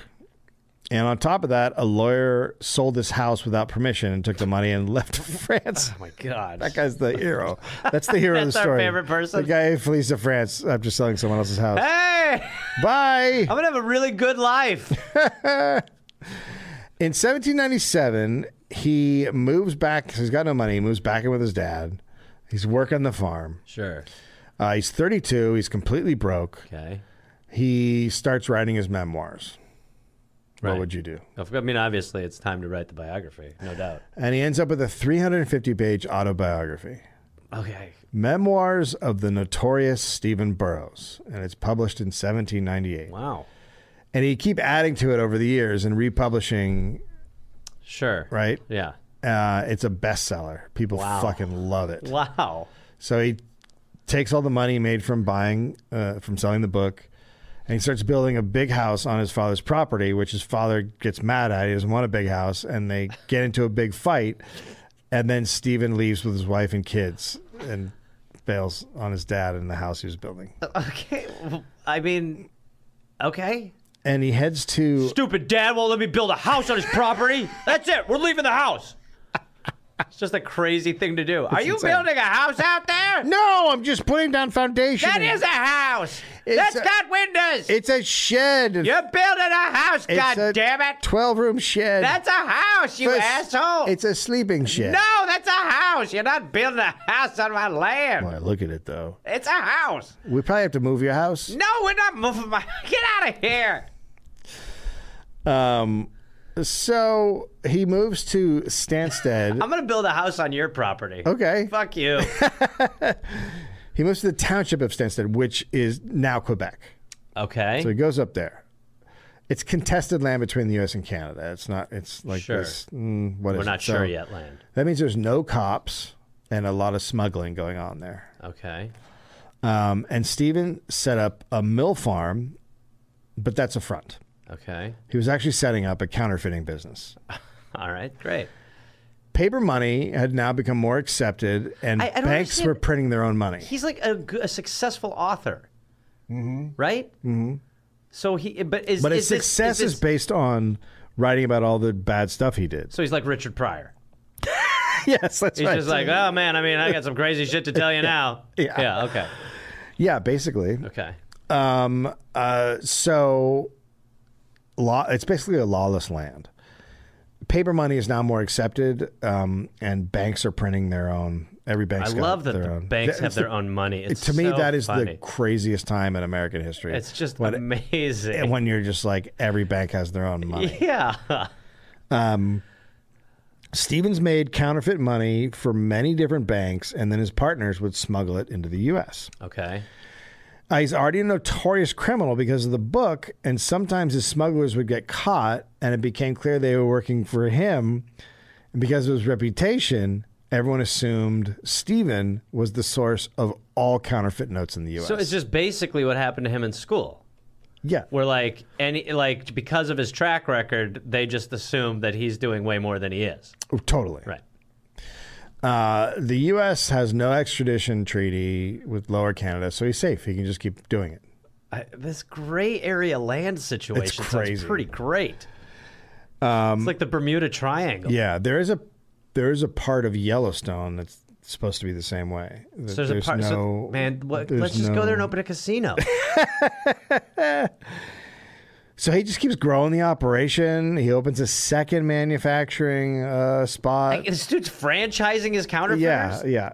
Speaker 3: And on top of that, a lawyer sold his house without permission and took the money and left France.
Speaker 1: oh my God.
Speaker 3: That guy's the hero. That's the hero of
Speaker 1: That's
Speaker 3: the
Speaker 1: our
Speaker 3: story.
Speaker 1: favorite person.
Speaker 3: The guy who flees to France after selling someone else's house.
Speaker 1: Hey,
Speaker 3: Bye.
Speaker 1: I'm gonna have a really good life.
Speaker 3: In 1797, he moves back. He's got no money. He moves back in with his dad. He's working the farm.
Speaker 1: Sure.
Speaker 3: Uh, he's 32. He's completely broke.
Speaker 1: Okay.
Speaker 3: He starts writing his memoirs. What
Speaker 1: Right.
Speaker 3: would you do?
Speaker 1: I mean, obviously, it's time to write the biography, no doubt.
Speaker 3: And he ends up with a 350 page autobiography
Speaker 1: Okay.
Speaker 3: Memoirs of the Notorious Stephen Burroughs. And it's published in 1798.
Speaker 1: Wow.
Speaker 3: And he keep adding to it over the years and republishing,
Speaker 1: Sure.
Speaker 3: right?
Speaker 1: Yeah.
Speaker 3: Uh, it's a bestseller. People
Speaker 1: Wow.
Speaker 3: fucking love it.
Speaker 1: Wow.
Speaker 3: So he takes all the money he made from buying, uh, from selling the book, and he starts building a big house on his father's property, which his father gets mad at. He doesn't want a big house, and they get into a big fight. And then Stephen leaves with his wife and kids and bails on his dad in the house he was building.
Speaker 1: Okay. I mean, okay.
Speaker 3: And he heads to
Speaker 1: Stupid dad won't let me build a house on his property. That's it. We're leaving the house. It's just a crazy thing to do. Are you
Speaker 3: insane.
Speaker 1: building a house out there?
Speaker 3: No, I'm just putting down foundation.
Speaker 1: That is a house.
Speaker 3: It's
Speaker 1: That's
Speaker 3: a-
Speaker 1: got windows.
Speaker 3: It's a shed.
Speaker 1: You're building a house,
Speaker 3: It's
Speaker 1: God
Speaker 3: a
Speaker 1: damn it.
Speaker 3: Twelve room shed.
Speaker 1: That's a house, you
Speaker 3: First-
Speaker 1: asshole.
Speaker 3: It's a sleeping shed.
Speaker 1: no, that's a house. You're not building a house on my land.
Speaker 3: Boy, look at it though.
Speaker 1: It's a house.
Speaker 3: We probably have to move your house.
Speaker 1: No, we're not moving my. Get out of here.
Speaker 3: Um, so he moves to Stansted.
Speaker 1: I'm gonna build a house on your property.
Speaker 3: okay.
Speaker 1: Fuck you.
Speaker 3: He moves to the township of Stansted, which is now Quebec.
Speaker 1: Okay.
Speaker 3: So he goes up there. It's contested land between the U.S. and Canada. It's not. It's like
Speaker 1: Sure.
Speaker 3: this. Mm, what
Speaker 1: we're not sure yet, land.
Speaker 3: That means there's no cops and a lot of smuggling going on there.
Speaker 1: Okay.
Speaker 3: Um, and Stephen set up a mill farm, but that's a front.
Speaker 1: Okay.
Speaker 3: He was actually setting up a counterfeiting business.
Speaker 1: All right. Great.
Speaker 3: Paper money had now become more accepted, and
Speaker 1: I- I don't
Speaker 3: banks
Speaker 1: understand.
Speaker 3: were printing their own money.
Speaker 1: He's like a, g- a successful author, right? Mm-hmm. So he, but is
Speaker 3: But his
Speaker 1: is this-
Speaker 3: success
Speaker 1: is,
Speaker 3: is
Speaker 1: this-
Speaker 3: based on writing about all the bad stuff he did.
Speaker 1: So he's like Richard Pryor.
Speaker 3: yes, that's
Speaker 1: He's
Speaker 3: right.
Speaker 1: just like, oh man, I mean, I got some crazy shit to tell you now.
Speaker 3: Yeah.
Speaker 1: Yeah. Okay.
Speaker 3: yeah, basically.
Speaker 1: Okay.
Speaker 3: Um, uh, so, law. It's basically a lawless land. Paper money is now more accepted, um, and banks are printing their own. Every
Speaker 1: I
Speaker 3: bank's got
Speaker 1: love that
Speaker 3: their
Speaker 1: the
Speaker 3: own.
Speaker 1: banks
Speaker 3: Th-
Speaker 1: have
Speaker 3: it's the-
Speaker 1: their own money. It's
Speaker 3: to me,
Speaker 1: so
Speaker 3: that is the
Speaker 1: funny.
Speaker 3: craziest time in American history.
Speaker 1: It's just
Speaker 3: when,
Speaker 1: amazing.
Speaker 3: and when you're just like every bank has their own money.
Speaker 1: yeah.
Speaker 3: Stevens made counterfeit money for many different banks, and then his partners would smuggle it into the U.S.
Speaker 1: Okay.
Speaker 3: Uh, he's already a notorious criminal because of the book, and sometimes his smugglers would get caught, and it became clear they were working for him. And because of his reputation, everyone assumed Stephen was the source of all counterfeit notes in the U.S.
Speaker 1: So it's just basically what happened to him in school.
Speaker 3: yeah,
Speaker 1: Where like any like because of his track record, they just assume that he's doing way more than he is.
Speaker 3: Oh, totally.
Speaker 1: Right.
Speaker 3: Uh, the U.S. has no extradition treaty with Lower Canada, so he's safe. He can just keep doing it.
Speaker 1: I, this gray area land situation sounds
Speaker 3: crazy. Um,
Speaker 1: pretty great. it's like the Bermuda Triangle.
Speaker 3: Yeah, there is a there is a part of Yellowstone that's supposed to be the same way.
Speaker 1: So there's, a part. so, man, what, let's just go there and open a casino.
Speaker 3: So he just keeps growing the operation. He opens a second manufacturing uh, spot.
Speaker 1: this dude's franchising his
Speaker 3: yeah,
Speaker 1: counterfeiters.
Speaker 3: yeah.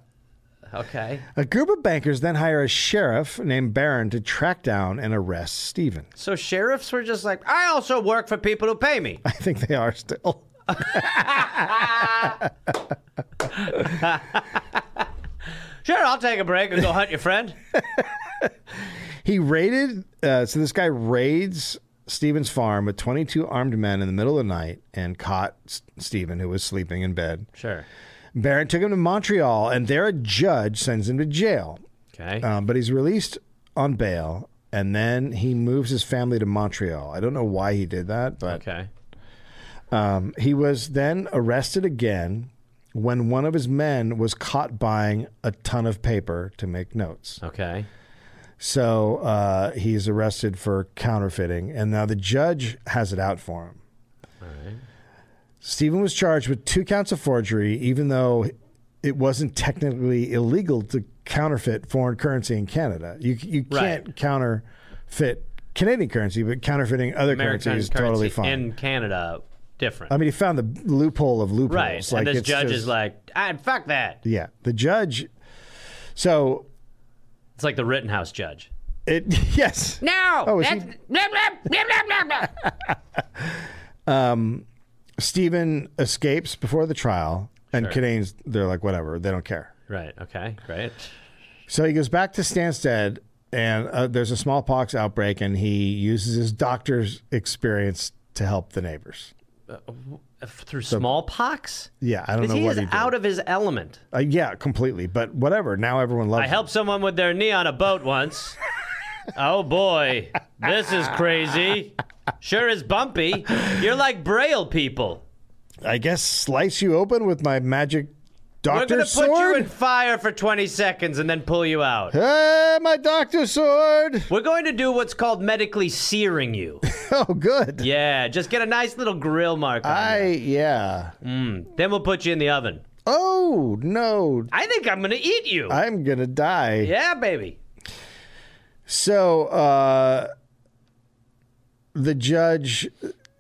Speaker 1: Okay.
Speaker 3: A group of bankers then hire a sheriff named Barron to track down and arrest Stephen.
Speaker 1: So sheriffs were just like, I also work for people who pay me.
Speaker 3: I think they are still.
Speaker 1: Sure, I'll take a break and go hunt your friend.
Speaker 3: He raided. Uh, so this guy raids Stephen's farm with 22 armed men in the middle of the night and caught S- Stephen, who was sleeping in bed.
Speaker 1: Sure.
Speaker 3: Barron took him to Montreal, and there a judge sends him to jail.
Speaker 1: Okay.
Speaker 3: Um, but he's released on bail, and then he moves his family to Montreal. I don't know why he did that, but
Speaker 1: okay.
Speaker 3: um, he was then arrested again when one of his men was caught buying a ton of paper to make notes.
Speaker 1: Okay.
Speaker 3: So uh, he's arrested for counterfeiting, and now the judge has it out for him. Stephen was charged with two counts of forgery, even though it wasn't technically illegal to counterfeit foreign currency in Canada. You you
Speaker 1: Right.
Speaker 3: can't counterfeit Canadian currency, but counterfeiting other
Speaker 1: American
Speaker 3: currency is
Speaker 1: currency
Speaker 3: totally fine.
Speaker 1: in Canada different.
Speaker 3: I mean, he found the loophole of loopholes.
Speaker 1: right. and this
Speaker 3: it's
Speaker 1: judge is
Speaker 3: just-
Speaker 1: like, ah, fuck that.
Speaker 3: yeah, the judge. So
Speaker 1: It's like the Rittenhouse judge.
Speaker 3: it yes.
Speaker 1: No.
Speaker 3: Oh, is he- that's- Stephen escapes before the trial, and Canadians they're like whatever, they don't care.
Speaker 1: Right. Okay. Great. Uh,
Speaker 3: So he goes back to Stansted, and uh, there's a smallpox outbreak, and he uses his doctor's experience to help the neighbors.
Speaker 1: Through smallpox?
Speaker 3: Yeah, I don't know
Speaker 1: he
Speaker 3: what
Speaker 1: is
Speaker 3: he did.
Speaker 1: out of his element.
Speaker 3: Uh, yeah, completely. But whatever. Now everyone loves.
Speaker 1: I helped someone with their knee on a boat once. oh boy, this is crazy. Sure is bumpy. You're like Braille people.
Speaker 3: him. I guess slice you open with my magic
Speaker 1: We're gonna
Speaker 3: doctor
Speaker 1: put you in
Speaker 3: sword.
Speaker 1: fire for 20 seconds and then pull you out.
Speaker 3: Ah, my doctor sword.
Speaker 1: We're going to do what's called medically searing you.
Speaker 3: Oh, good.
Speaker 1: Yeah, just get a nice little grill mark. on
Speaker 3: I yeah.
Speaker 1: you. Then we'll put you in the oven.
Speaker 3: Oh no,
Speaker 1: I think I'm gonna eat you.
Speaker 3: I'm gonna die.
Speaker 1: yeah, baby.
Speaker 3: So uh, the judge,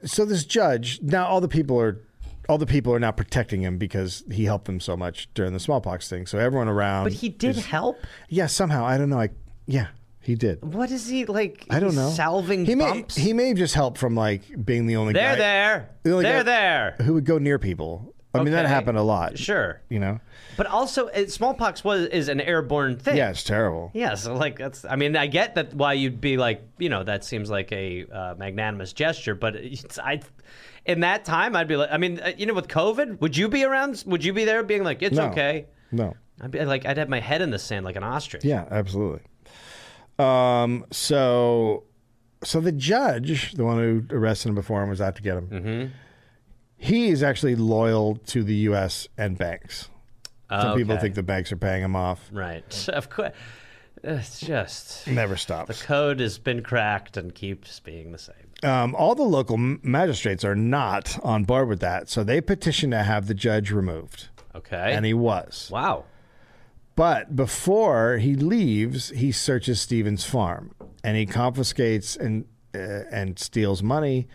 Speaker 3: so this judge now all the people are, all the people are now protecting him because he helped them so much during the smallpox thing. So everyone around,
Speaker 1: But he did help.
Speaker 3: yeah, somehow I don't know. I yeah, he did.
Speaker 1: What is he like?
Speaker 3: I don't
Speaker 1: he's
Speaker 3: know.
Speaker 1: Salving
Speaker 3: he
Speaker 1: bumps.
Speaker 3: May, he may have just helped from like being the only
Speaker 1: they're
Speaker 3: guy
Speaker 1: there.
Speaker 3: The
Speaker 1: They're
Speaker 3: only guy-
Speaker 1: there.
Speaker 3: who would go near people. I mean that
Speaker 1: Okay.
Speaker 3: happened a lot.
Speaker 1: Sure.
Speaker 3: you know.
Speaker 1: But also, it, smallpox was is an airborne thing.
Speaker 3: Yeah, it's terrible.
Speaker 1: Yeah, so like that's. I mean, I get that why you'd be like, you know, that seems like a uh, magnanimous gesture, but it's, I, in that time, I'd be like, I mean, uh, you know, with COVID, would you be around? Would you be there being like, it's
Speaker 3: No.
Speaker 1: okay?
Speaker 3: No.
Speaker 1: I'd be like, I'd have my head in the sand like an ostrich.
Speaker 3: Yeah, absolutely. Um, so, so the judge, the one who arrested him before and was out to get him,
Speaker 1: Mm-hmm.
Speaker 3: he is actually loyal to the U.S. and banks. Some people
Speaker 1: Okay.
Speaker 3: think the banks are paying him off.
Speaker 1: Right. Of course. It's just
Speaker 3: Never stops.
Speaker 1: code has been cracked and keeps being the same.
Speaker 3: Um, all the local m- magistrates are not on board with that, so they petitioned to have the judge removed,
Speaker 1: Okay.
Speaker 3: and he was.
Speaker 1: wow.
Speaker 3: But before he leaves, he searches Stevens' farm and he confiscates and uh, and steals money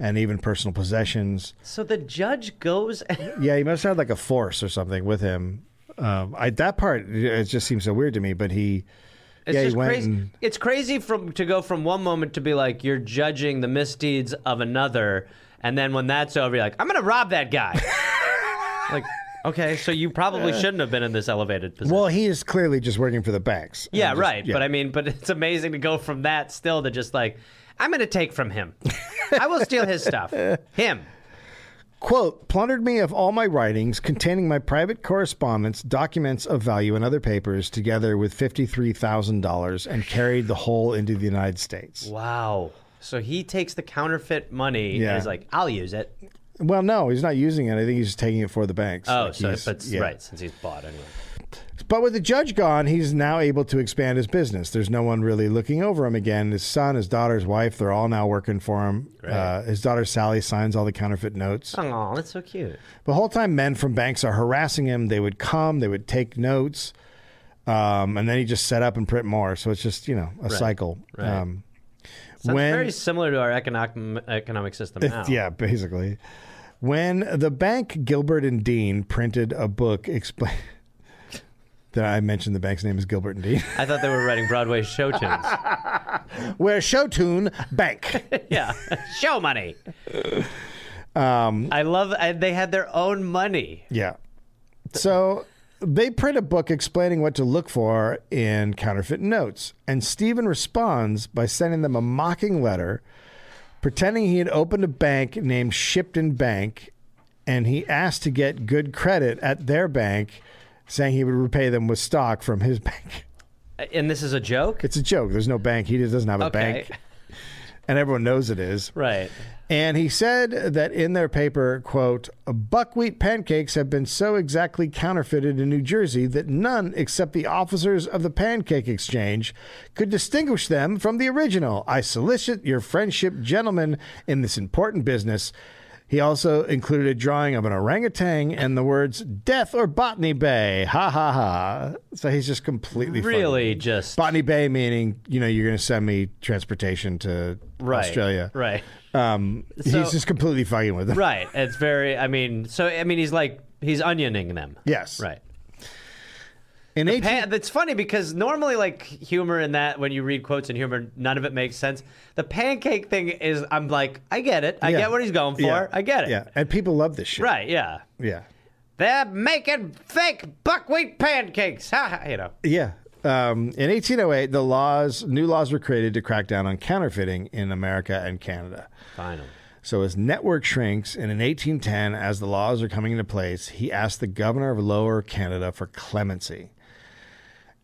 Speaker 3: and even personal possessions.
Speaker 1: So the judge goes and
Speaker 3: Yeah, he must have like a force or something with him. Um, I, that part it just seems so weird to me. But he,
Speaker 1: It's
Speaker 3: yeah, he
Speaker 1: just
Speaker 3: went.
Speaker 1: crazy.
Speaker 3: and-
Speaker 1: It's crazy from to go from one moment to be like you're judging the misdeeds of another, and then when that's over, you're like, I'm gonna rob that guy. like, okay, so you probably shouldn't have been in this elevated position.
Speaker 3: well, he is clearly just working for the banks.
Speaker 1: yeah,
Speaker 3: And just-
Speaker 1: right.
Speaker 3: yeah.
Speaker 1: But I mean, but it's amazing to go from that still to just like, I'm gonna take from him. I will steal his stuff. Him.
Speaker 3: quote plundered me of all my writings containing my private correspondence documents of value and other papers together with $53000 and carried the whole into the united states
Speaker 1: Wow. So he takes the counterfeit money
Speaker 3: Yeah.
Speaker 1: and he's like, I'll use it.
Speaker 3: well no he's not using it i think he's just taking it for the banks
Speaker 1: Oh,
Speaker 3: Like,
Speaker 1: so
Speaker 3: he's-
Speaker 1: but
Speaker 3: yeah.
Speaker 1: right, since he's bought anyway.
Speaker 3: But with the judge gone, he's now able to expand his business. There's no one really looking over him again. His son, his daughter, his wife, they're all now working for him. Uh, his daughter, Sally, signs all the counterfeit notes.
Speaker 1: Oh, that's so cute.
Speaker 3: The whole time, men from banks are harassing him. They would come, they would take notes, um, and then he just set up and print more. So it's just, you know, a cycle.
Speaker 1: Right.
Speaker 3: Um,
Speaker 1: Sounds very similar to our economic economic system now.
Speaker 3: Yeah, basically. When the bank Gilbert and Dean printed a book explain that I mentioned the bank's name is Gilbert and Dean.
Speaker 1: I thought they were writing Broadway show tunes.
Speaker 3: Where Showtune Bank.
Speaker 1: yeah, show money. Um, I love. I, they had their own money.
Speaker 3: Yeah. So they print a book explaining what to look for in counterfeit notes. And Stephen responds by sending them a mocking letter, pretending he had opened a bank named Shipton Bank. And he asked to get good credit at their bank, saying he would repay them with stock from his bank.
Speaker 1: And this is a joke,
Speaker 3: It's a joke. There's no bank. He just doesn't have a
Speaker 1: Okay.
Speaker 3: bank. And everyone knows it is.
Speaker 1: right?
Speaker 3: And he said that in their paper, quote, buckwheat pancakes have been so exactly counterfeited in New Jersey that none except the officers of the Pancake Exchange could distinguish them from the original. I solicit your friendship, gentlemen, in this important business. He also included a drawing of an orangutan and the words "Death or Botany Bay." Ha ha ha! So he's just completely fucking-
Speaker 1: Really, just
Speaker 3: Botany Bay meaning you know you're going to send me transportation to
Speaker 1: right,
Speaker 3: Australia,
Speaker 1: Right,
Speaker 3: um,
Speaker 1: So-
Speaker 3: he's just completely fucking with them.
Speaker 1: right. It's very. I mean, so I mean, he's like he's onioning them.
Speaker 3: Yes.
Speaker 1: Right.
Speaker 3: In 18-
Speaker 1: Pan- it's funny because normally, like humor in that, when you read quotes in humor, none of it makes sense. The pancake thing is, I'm like, I get it. I
Speaker 3: Yeah.
Speaker 1: get what he's going for.
Speaker 3: Yeah.
Speaker 1: I get it.
Speaker 3: Yeah. And people love this shit.
Speaker 1: Right. Yeah.
Speaker 3: Yeah.
Speaker 1: They're making fake buckwheat pancakes. Ha, ha, you know.
Speaker 3: Yeah. Um, in 1808, the laws, new laws were created to crack down on counterfeiting in America and Canada.
Speaker 1: Finally.
Speaker 3: So his network shrinks, and in 1810, as the laws are coming into place, he asked the governor of Lower Canada for clemency.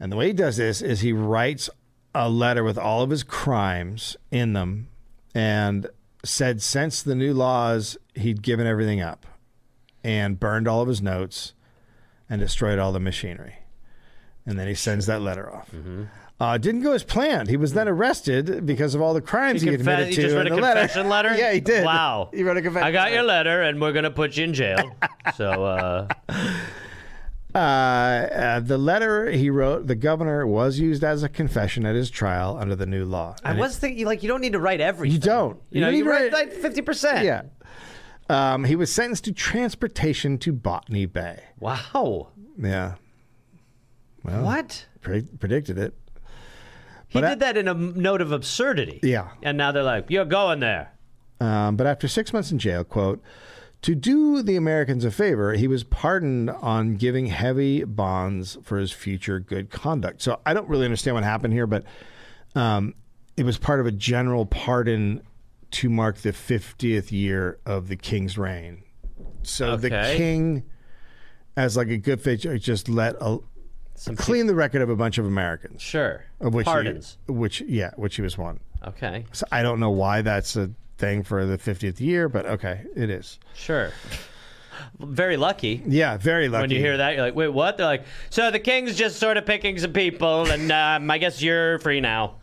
Speaker 3: And the way he does this is he writes a letter with all of his crimes in them and said since the new laws, he'd given everything up and burned all of his notes and destroyed all the machinery. And then he sends that letter off.
Speaker 1: Mm-hmm.
Speaker 3: Uh, didn't go as planned. He was then arrested because of all the crimes he,
Speaker 1: Confess-
Speaker 3: admitted
Speaker 1: he
Speaker 3: to.
Speaker 1: just wrote
Speaker 3: in
Speaker 1: a
Speaker 3: the letter.
Speaker 1: confession letter.
Speaker 3: yeah, he did.
Speaker 1: Wow.
Speaker 3: He wrote a confession.
Speaker 1: I got your letter, and we're gonna put you in jail. so uh,
Speaker 3: Uh, uh, the letter he wrote, the governor, was used as a confession at his trial under the new law.
Speaker 1: I
Speaker 3: And
Speaker 1: was thinking, like, you don't need to write everything.
Speaker 3: You don't.
Speaker 1: You know,
Speaker 3: don't
Speaker 1: you
Speaker 3: even
Speaker 1: write like fifty percent.
Speaker 3: Yeah. Um, he was sentenced to transportation to Botany Bay.
Speaker 1: Wow.
Speaker 3: Yeah. Well,
Speaker 1: What?
Speaker 3: Pre- predicted it.
Speaker 1: He
Speaker 3: But I-
Speaker 1: did that in a m- note of absurdity.
Speaker 3: Yeah.
Speaker 1: And now they're like, you're going there.
Speaker 3: Um, but after six months in jail, quote, to do the Americans a favor, he was pardoned on giving heavy bonds for his future good conduct. So I don't really understand what happened here, but um, it was part of a general pardon to mark the 50th year of the king's reign. So the
Speaker 1: Okay.
Speaker 3: king, as like a good faith, uh, just let a, clean the record of a bunch of Americans,
Speaker 1: Sure.
Speaker 3: of which he-
Speaker 1: Pardons.
Speaker 3: which yeah, which he was one.
Speaker 1: Okay.
Speaker 3: So I don't know why that's a thing for the 50th year, but okay, it is.
Speaker 1: Sure. Very lucky.
Speaker 3: Yeah, very lucky.
Speaker 1: When you hear that, you're like, wait, what? They're like, so the king's just sort of picking some people, and um, I guess you're free now.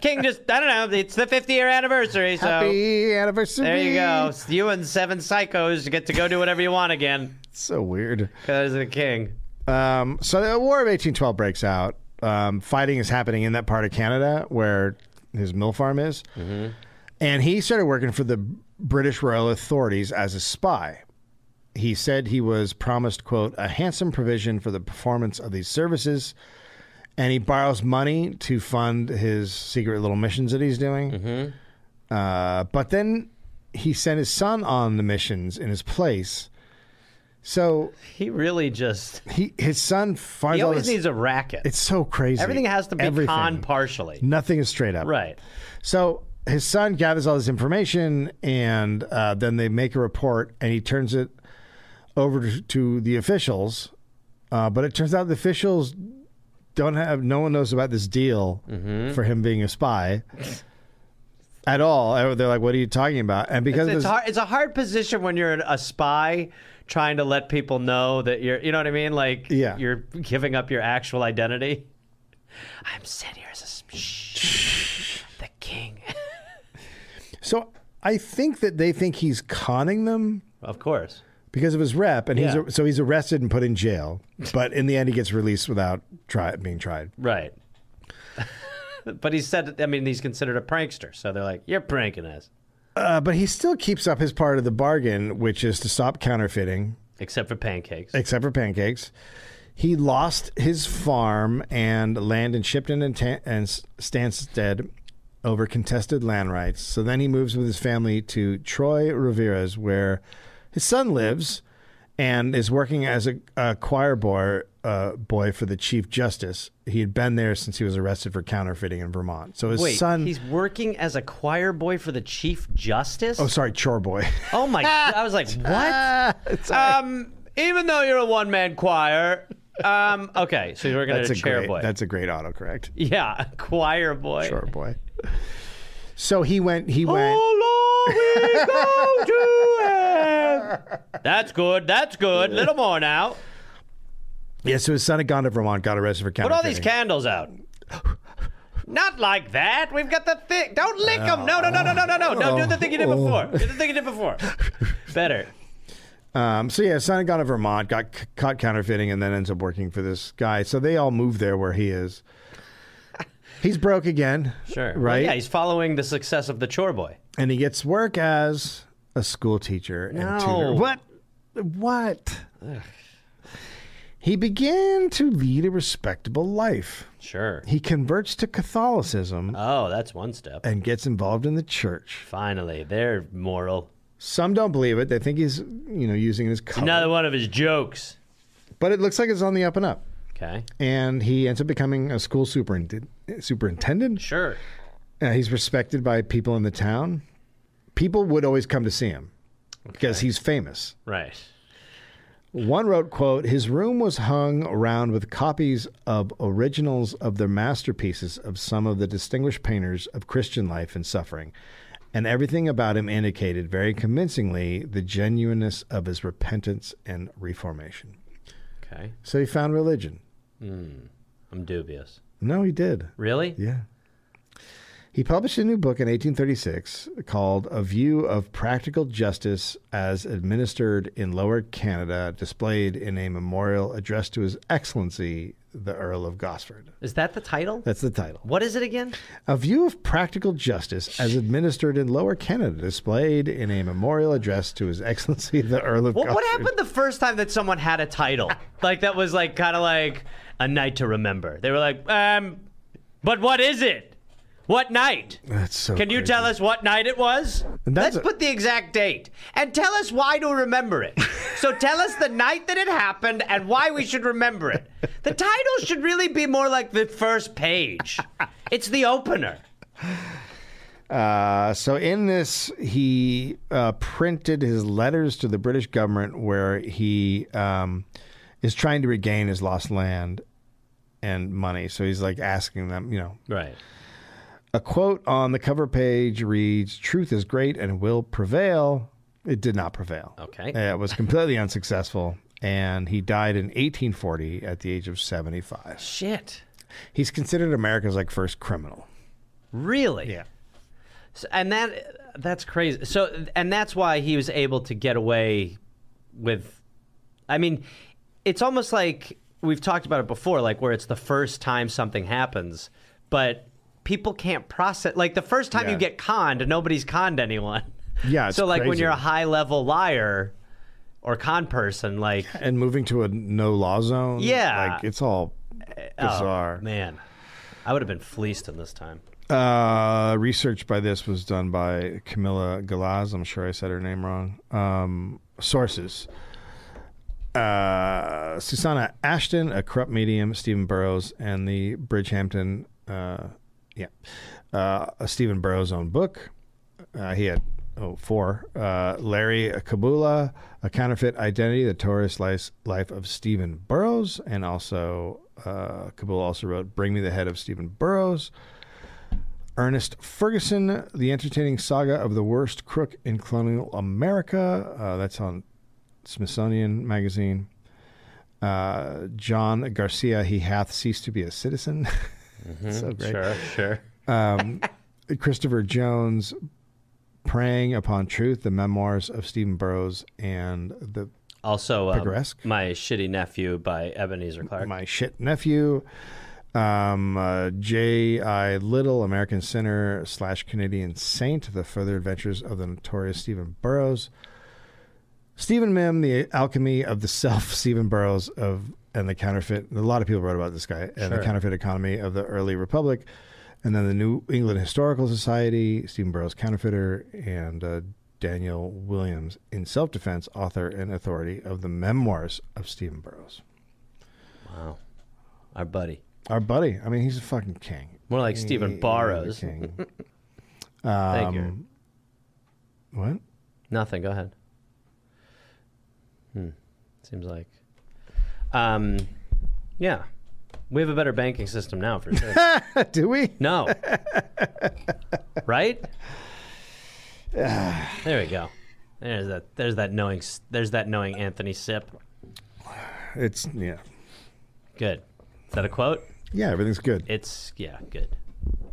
Speaker 1: King just, I don't know, it's the 50 year anniversary, so
Speaker 3: happy anniversary.
Speaker 1: there you go. You and seven psychos get to go do whatever you want again
Speaker 3: It's so weird.
Speaker 1: because the king.
Speaker 3: Um, so the War of 1812 breaks out. Um, fighting is happening in that part of Canada where his mill farm is. And he started working for the British Royal Authorities as a spy. He said he was promised, quote, a handsome provision for the performance of these services. And he borrows money to fund his secret little missions that he's doing. Uh, but then he sent his son on the missions in his place. So
Speaker 1: He really just,
Speaker 3: he his son finds
Speaker 1: he
Speaker 3: all
Speaker 1: always
Speaker 3: this-
Speaker 1: needs a racket.
Speaker 3: it's so crazy.
Speaker 1: Everything has to be
Speaker 3: Everything.
Speaker 1: con partially.
Speaker 3: Nothing is straight up.
Speaker 1: Right.
Speaker 3: So his son gathers all this information, and uh, then they make a report, and he turns it over to, to the officials. Uh, but it turns out the officials don't have. No one knows about this deal
Speaker 1: Mm-hmm.
Speaker 3: for him being a spy. At all, Uh, they're like, "What are you talking about?" And because
Speaker 1: It's,
Speaker 3: of
Speaker 1: it's
Speaker 3: this,
Speaker 1: hard, it's a hard position when you're a spy trying to let people know that you're, you know what I mean? Like,
Speaker 3: Yeah.
Speaker 1: you're giving up your actual identity. I'm sitting here as a sp- shh, the king.
Speaker 3: so I think that they think he's conning them
Speaker 1: Of course.
Speaker 3: because of his rep, and
Speaker 1: Yeah.
Speaker 3: he's so he's arrested and put in jail. But in the end, he gets released without try, being tried.
Speaker 1: Right. but he said, I mean, he's considered a prankster. So they're like, you're pranking us.
Speaker 3: Uh, but he still keeps up his part of the bargain, which is to stop counterfeiting,
Speaker 1: Except for pancakes.
Speaker 3: except for pancakes. He lost his farm and land in Shipton and, Tan- and S- Stansted over contested land rights. So then he moves with his family to Troy Rivera's, where his son lives and is working as a, a choir boy, uh, boy for the Chief Justice. He had been there since he was arrested for counterfeiting in Vermont. So his
Speaker 1: Wait,
Speaker 3: son.
Speaker 1: he's working as a choir boy for the Chief Justice?
Speaker 3: oh, sorry, chore boy.
Speaker 1: Oh my! I was like, what? um, even though you're a one man choir, um, okay, so you're gonna
Speaker 3: That's
Speaker 1: a
Speaker 3: a
Speaker 1: chair
Speaker 3: great,
Speaker 1: boy.
Speaker 3: That's a great autocorrect.
Speaker 1: yeah, choir boy.
Speaker 3: Sure, boy. So he went. He went.
Speaker 1: Oh Lord, we go to heaven. That's good. That's good. Little more now.
Speaker 3: Yeah. So his son had gone to Vermont, got arrested for
Speaker 1: Put all these
Speaker 3: counterfeiting.
Speaker 1: candles out. Not like that. We've got the thing. Don't lick them. No, no, no, no, no, no, no. No, do the thing you did before. Do the thing you did before. Better.
Speaker 3: Um, so yeah, his son had gone to Vermont, got c- caught counterfeiting, and then ends up working for this guy. So they all move there where he is. He's broke again.
Speaker 1: Sure. Well,
Speaker 3: Right.
Speaker 1: yeah, he's following the success of the chore boy.
Speaker 3: and he gets work as a school teacher and tutor.
Speaker 1: No.
Speaker 3: What? What? He began to lead a respectable life.
Speaker 1: Sure.
Speaker 3: He converts to Catholicism
Speaker 1: Oh, that's one step.
Speaker 3: and gets involved in the church.
Speaker 1: Finally, they're moral.
Speaker 3: Some don't believe it. They think he's, you know, using his color.
Speaker 1: Another one of his jokes.
Speaker 3: But it looks like it's on the up and up.
Speaker 1: Okay.
Speaker 3: And he ends up becoming a school superintendent. superintendent.
Speaker 1: Sure.
Speaker 3: Uh, he's respected by people in the town. People would always come to see him because he's famous.
Speaker 1: Right.
Speaker 3: One wrote, quote, his room was hung around with copies of originals of the masterpieces of some of the distinguished painters of Christian life and suffering. And everything about him indicated very convincingly the genuineness of his repentance and reformation.
Speaker 1: Okay.
Speaker 3: So he found religion.
Speaker 1: I'm dubious.
Speaker 3: No, he did.
Speaker 1: Really?
Speaker 3: Yeah. He published a new book in 1836 called A View of Practical Justice as Administered in Lower Canada, displayed in a memorial addressed to His Excellency the Earl of Gosford.
Speaker 1: Is that the title?
Speaker 3: That's the title.
Speaker 1: What is it again?
Speaker 3: A view of practical justice as administered in Lower Canada, displayed in a memorial address to His Excellency the Earl of
Speaker 1: What,
Speaker 3: Gosford.
Speaker 1: what happened the first time that someone had a title? like that was like kind of like a night to remember. They were like, um, but what is it? What night?
Speaker 3: That's so.
Speaker 1: Can you
Speaker 3: crazy.
Speaker 1: tell us what night it was?
Speaker 3: that's
Speaker 1: Let's
Speaker 3: a-
Speaker 1: put the exact date and tell us why to remember it. so tell us the night that it happened and why we should remember it. The title should really be more like the first page. It's the opener.
Speaker 3: Uh, so in this, he uh, printed his letters to the British government, where he um, is trying to regain his lost land and money. So he's like asking them, you know,
Speaker 1: Right.
Speaker 3: a quote on the cover page reads, "Truth is great and will prevail." It did not prevail.
Speaker 1: Okay.
Speaker 3: it was completely unsuccessful, and he died in 1840 at the age of 75.
Speaker 1: Shit.
Speaker 3: He's considered America's like first criminal.
Speaker 1: Really?
Speaker 3: Yeah.
Speaker 1: So- and that that's crazy. So and that's why he was able to get away with I mean, it's almost like we've talked about it before like where it's the first time something happens, but people can't process like the first time
Speaker 3: Yeah.
Speaker 1: you get conned, nobody's conned anyone.
Speaker 3: Yeah, it's
Speaker 1: so like when
Speaker 3: crazy.
Speaker 1: you're a high-level liar or con person like
Speaker 3: and moving to a no law zone.
Speaker 1: Yeah.
Speaker 3: like it's all bizarre.
Speaker 1: man, I would have been fleeced in this time.
Speaker 3: uh, research by this was done by Camilla Galaz. I'm sure I said her name wrong. Um, sources: uh, Susanna Ashton, a corrupt medium, Stephen Burrows, and the Bridgehampton, uh, yeah, uh, Stephen Burrows' own book. Uh, he had oh four. Uh, Larry Kabula, a counterfeit identity, the Taurus life, life of Stephen Burrows, and also uh, Kabula also wrote "Bring Me the Head of Stephen Burrows." Ernest Ferguson, The Entertaining Saga of the Worst Crook in Colonial America. Uh, that's on Smithsonian Magazine. Uh, John Garcia, He Hath Ceased to Be a Citizen. so great.
Speaker 1: Sure, sure.
Speaker 3: Christopher Jones, Preying Upon Truth, The Memoirs of Stephen Burrows, and the
Speaker 1: Also, um,
Speaker 3: Picaresque?
Speaker 1: My Shitty Nephew by Ebenezer Clarke.
Speaker 3: My Shit Nephew. Um, uh, J.I. Little, American Sinner slash Canadian Saint, The Further Adventures of the Notorious Stephen Burrows. Stephen Mim, The Alchemy of the Self, Stephen Burrows of and the Counterfeit. A lot of people wrote about this guy and the Counterfeit Economy of the Early Republic, and then the New England Historical Society, Stephen Burrows Counterfeiter, and uh, Daniel Williams in Self Defense, author and authority of the Memoirs of Stephen Burrows.
Speaker 1: Our buddy.
Speaker 3: Our buddy. I mean, he's a fucking king.
Speaker 1: More like Stephen Barrows.
Speaker 3: He's a king.
Speaker 1: Thank you.
Speaker 3: what?
Speaker 1: Nothing. Go ahead. Hmm. Seems like. Um, yeah. We have a better banking system now for sure.
Speaker 3: Do we?
Speaker 1: no. right? there we go. There's that. There's that knowing. s- There's that knowing Anthony Sip.
Speaker 3: It's yeah.
Speaker 1: Good. Is that a quote?
Speaker 3: Yeah, everything's good.
Speaker 1: It's yeah. Good.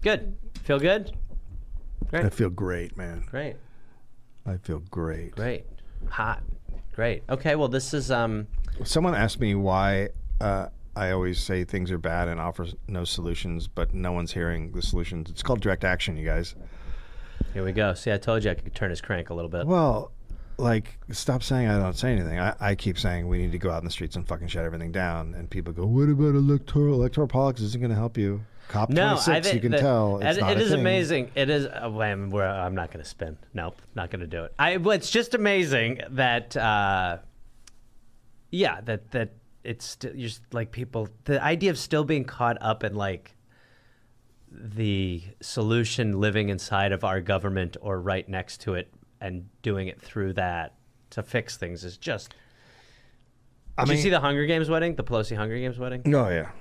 Speaker 1: Good. Feel good.
Speaker 3: I feel great, man.
Speaker 1: Great.
Speaker 3: I feel great.
Speaker 1: Great. Hot. Great. Okay, well this is um
Speaker 3: Someone asked me why uh, I always say things are bad and offer no solutions, but no one's hearing the solutions. It's called direct action, you guys.
Speaker 1: here we go. See I told you I could turn his crank a little bit.
Speaker 3: Well, like, stop saying I don't say anything. I, I keep saying we need to go out in the streets and fucking shut everything down. And people go, "What about electoral electoral politics? Isn't going to help you." Cop
Speaker 1: no,
Speaker 3: twenty
Speaker 1: I
Speaker 3: six.
Speaker 1: think
Speaker 3: You can
Speaker 1: that-
Speaker 3: tell.
Speaker 1: it-
Speaker 3: It's not
Speaker 1: it
Speaker 3: a
Speaker 1: is
Speaker 3: thing.
Speaker 1: amazing. It is. uh, well, I'm, we're, I'm not going to spin. Nope, not going to do it. I. well, It's just amazing that. Uh, yeah, that that it's still you're s- like people. The idea of still being caught up in like the solution living inside of our government or right next to it and doing it through that to fix things is just.
Speaker 3: I
Speaker 1: Did
Speaker 3: mean,
Speaker 1: you see the Hunger Games wedding? The Pelosi Hunger Games wedding? It
Speaker 3: Oh yeah.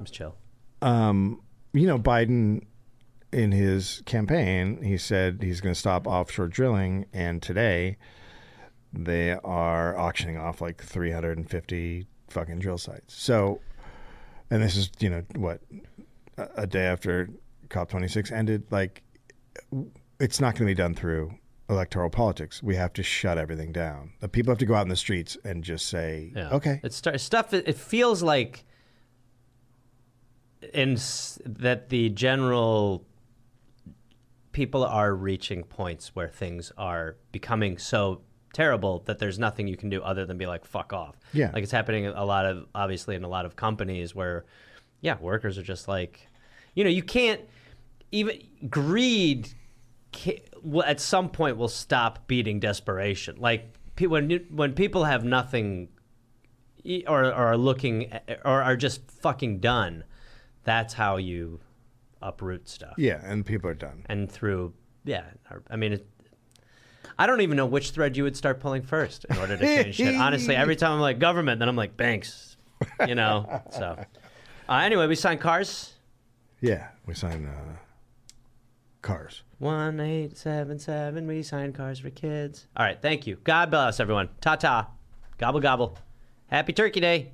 Speaker 1: was chill.
Speaker 3: you know, Biden in his campaign, he said he's going to stop offshore drilling. And today they are auctioning off like 350 fucking drill sites. So, and this is, you know, what, a a day after COP26 ended, like it's not going to be done through electoral politics. We have to shut everything down. The people have to go out in the streets and just say,
Speaker 1: Yeah.
Speaker 3: "Okay,
Speaker 1: It's st- stuff. It, it feels like in s- that the general people are reaching points where things are becoming so terrible that there's nothing you can do other than be like fuck off.
Speaker 3: Yeah.
Speaker 1: Like it's happening a lot of obviously in a lot of companies where yeah, workers are just like you know, you can't even greed ca- will- at some point will stop beating desperation. Like pe- when you- when people have nothing e- or, or are looking at- or are just fucking done, that's how you uproot stuff.
Speaker 3: yeah," and people are done.
Speaker 1: And through yeah, or- I mean it, I don't even know which thread you would start pulling first in order to change shit. Honestly, every time I'm like government, then I'm like banks, you know. So uh, anyway, we signed cars.
Speaker 3: Yeah, we sign uh, cars.
Speaker 1: One eight seven seven. We signed cars for kids. All right, thank you. God bless everyone. Ta ta. Gobble gobble. Happy Turkey Day.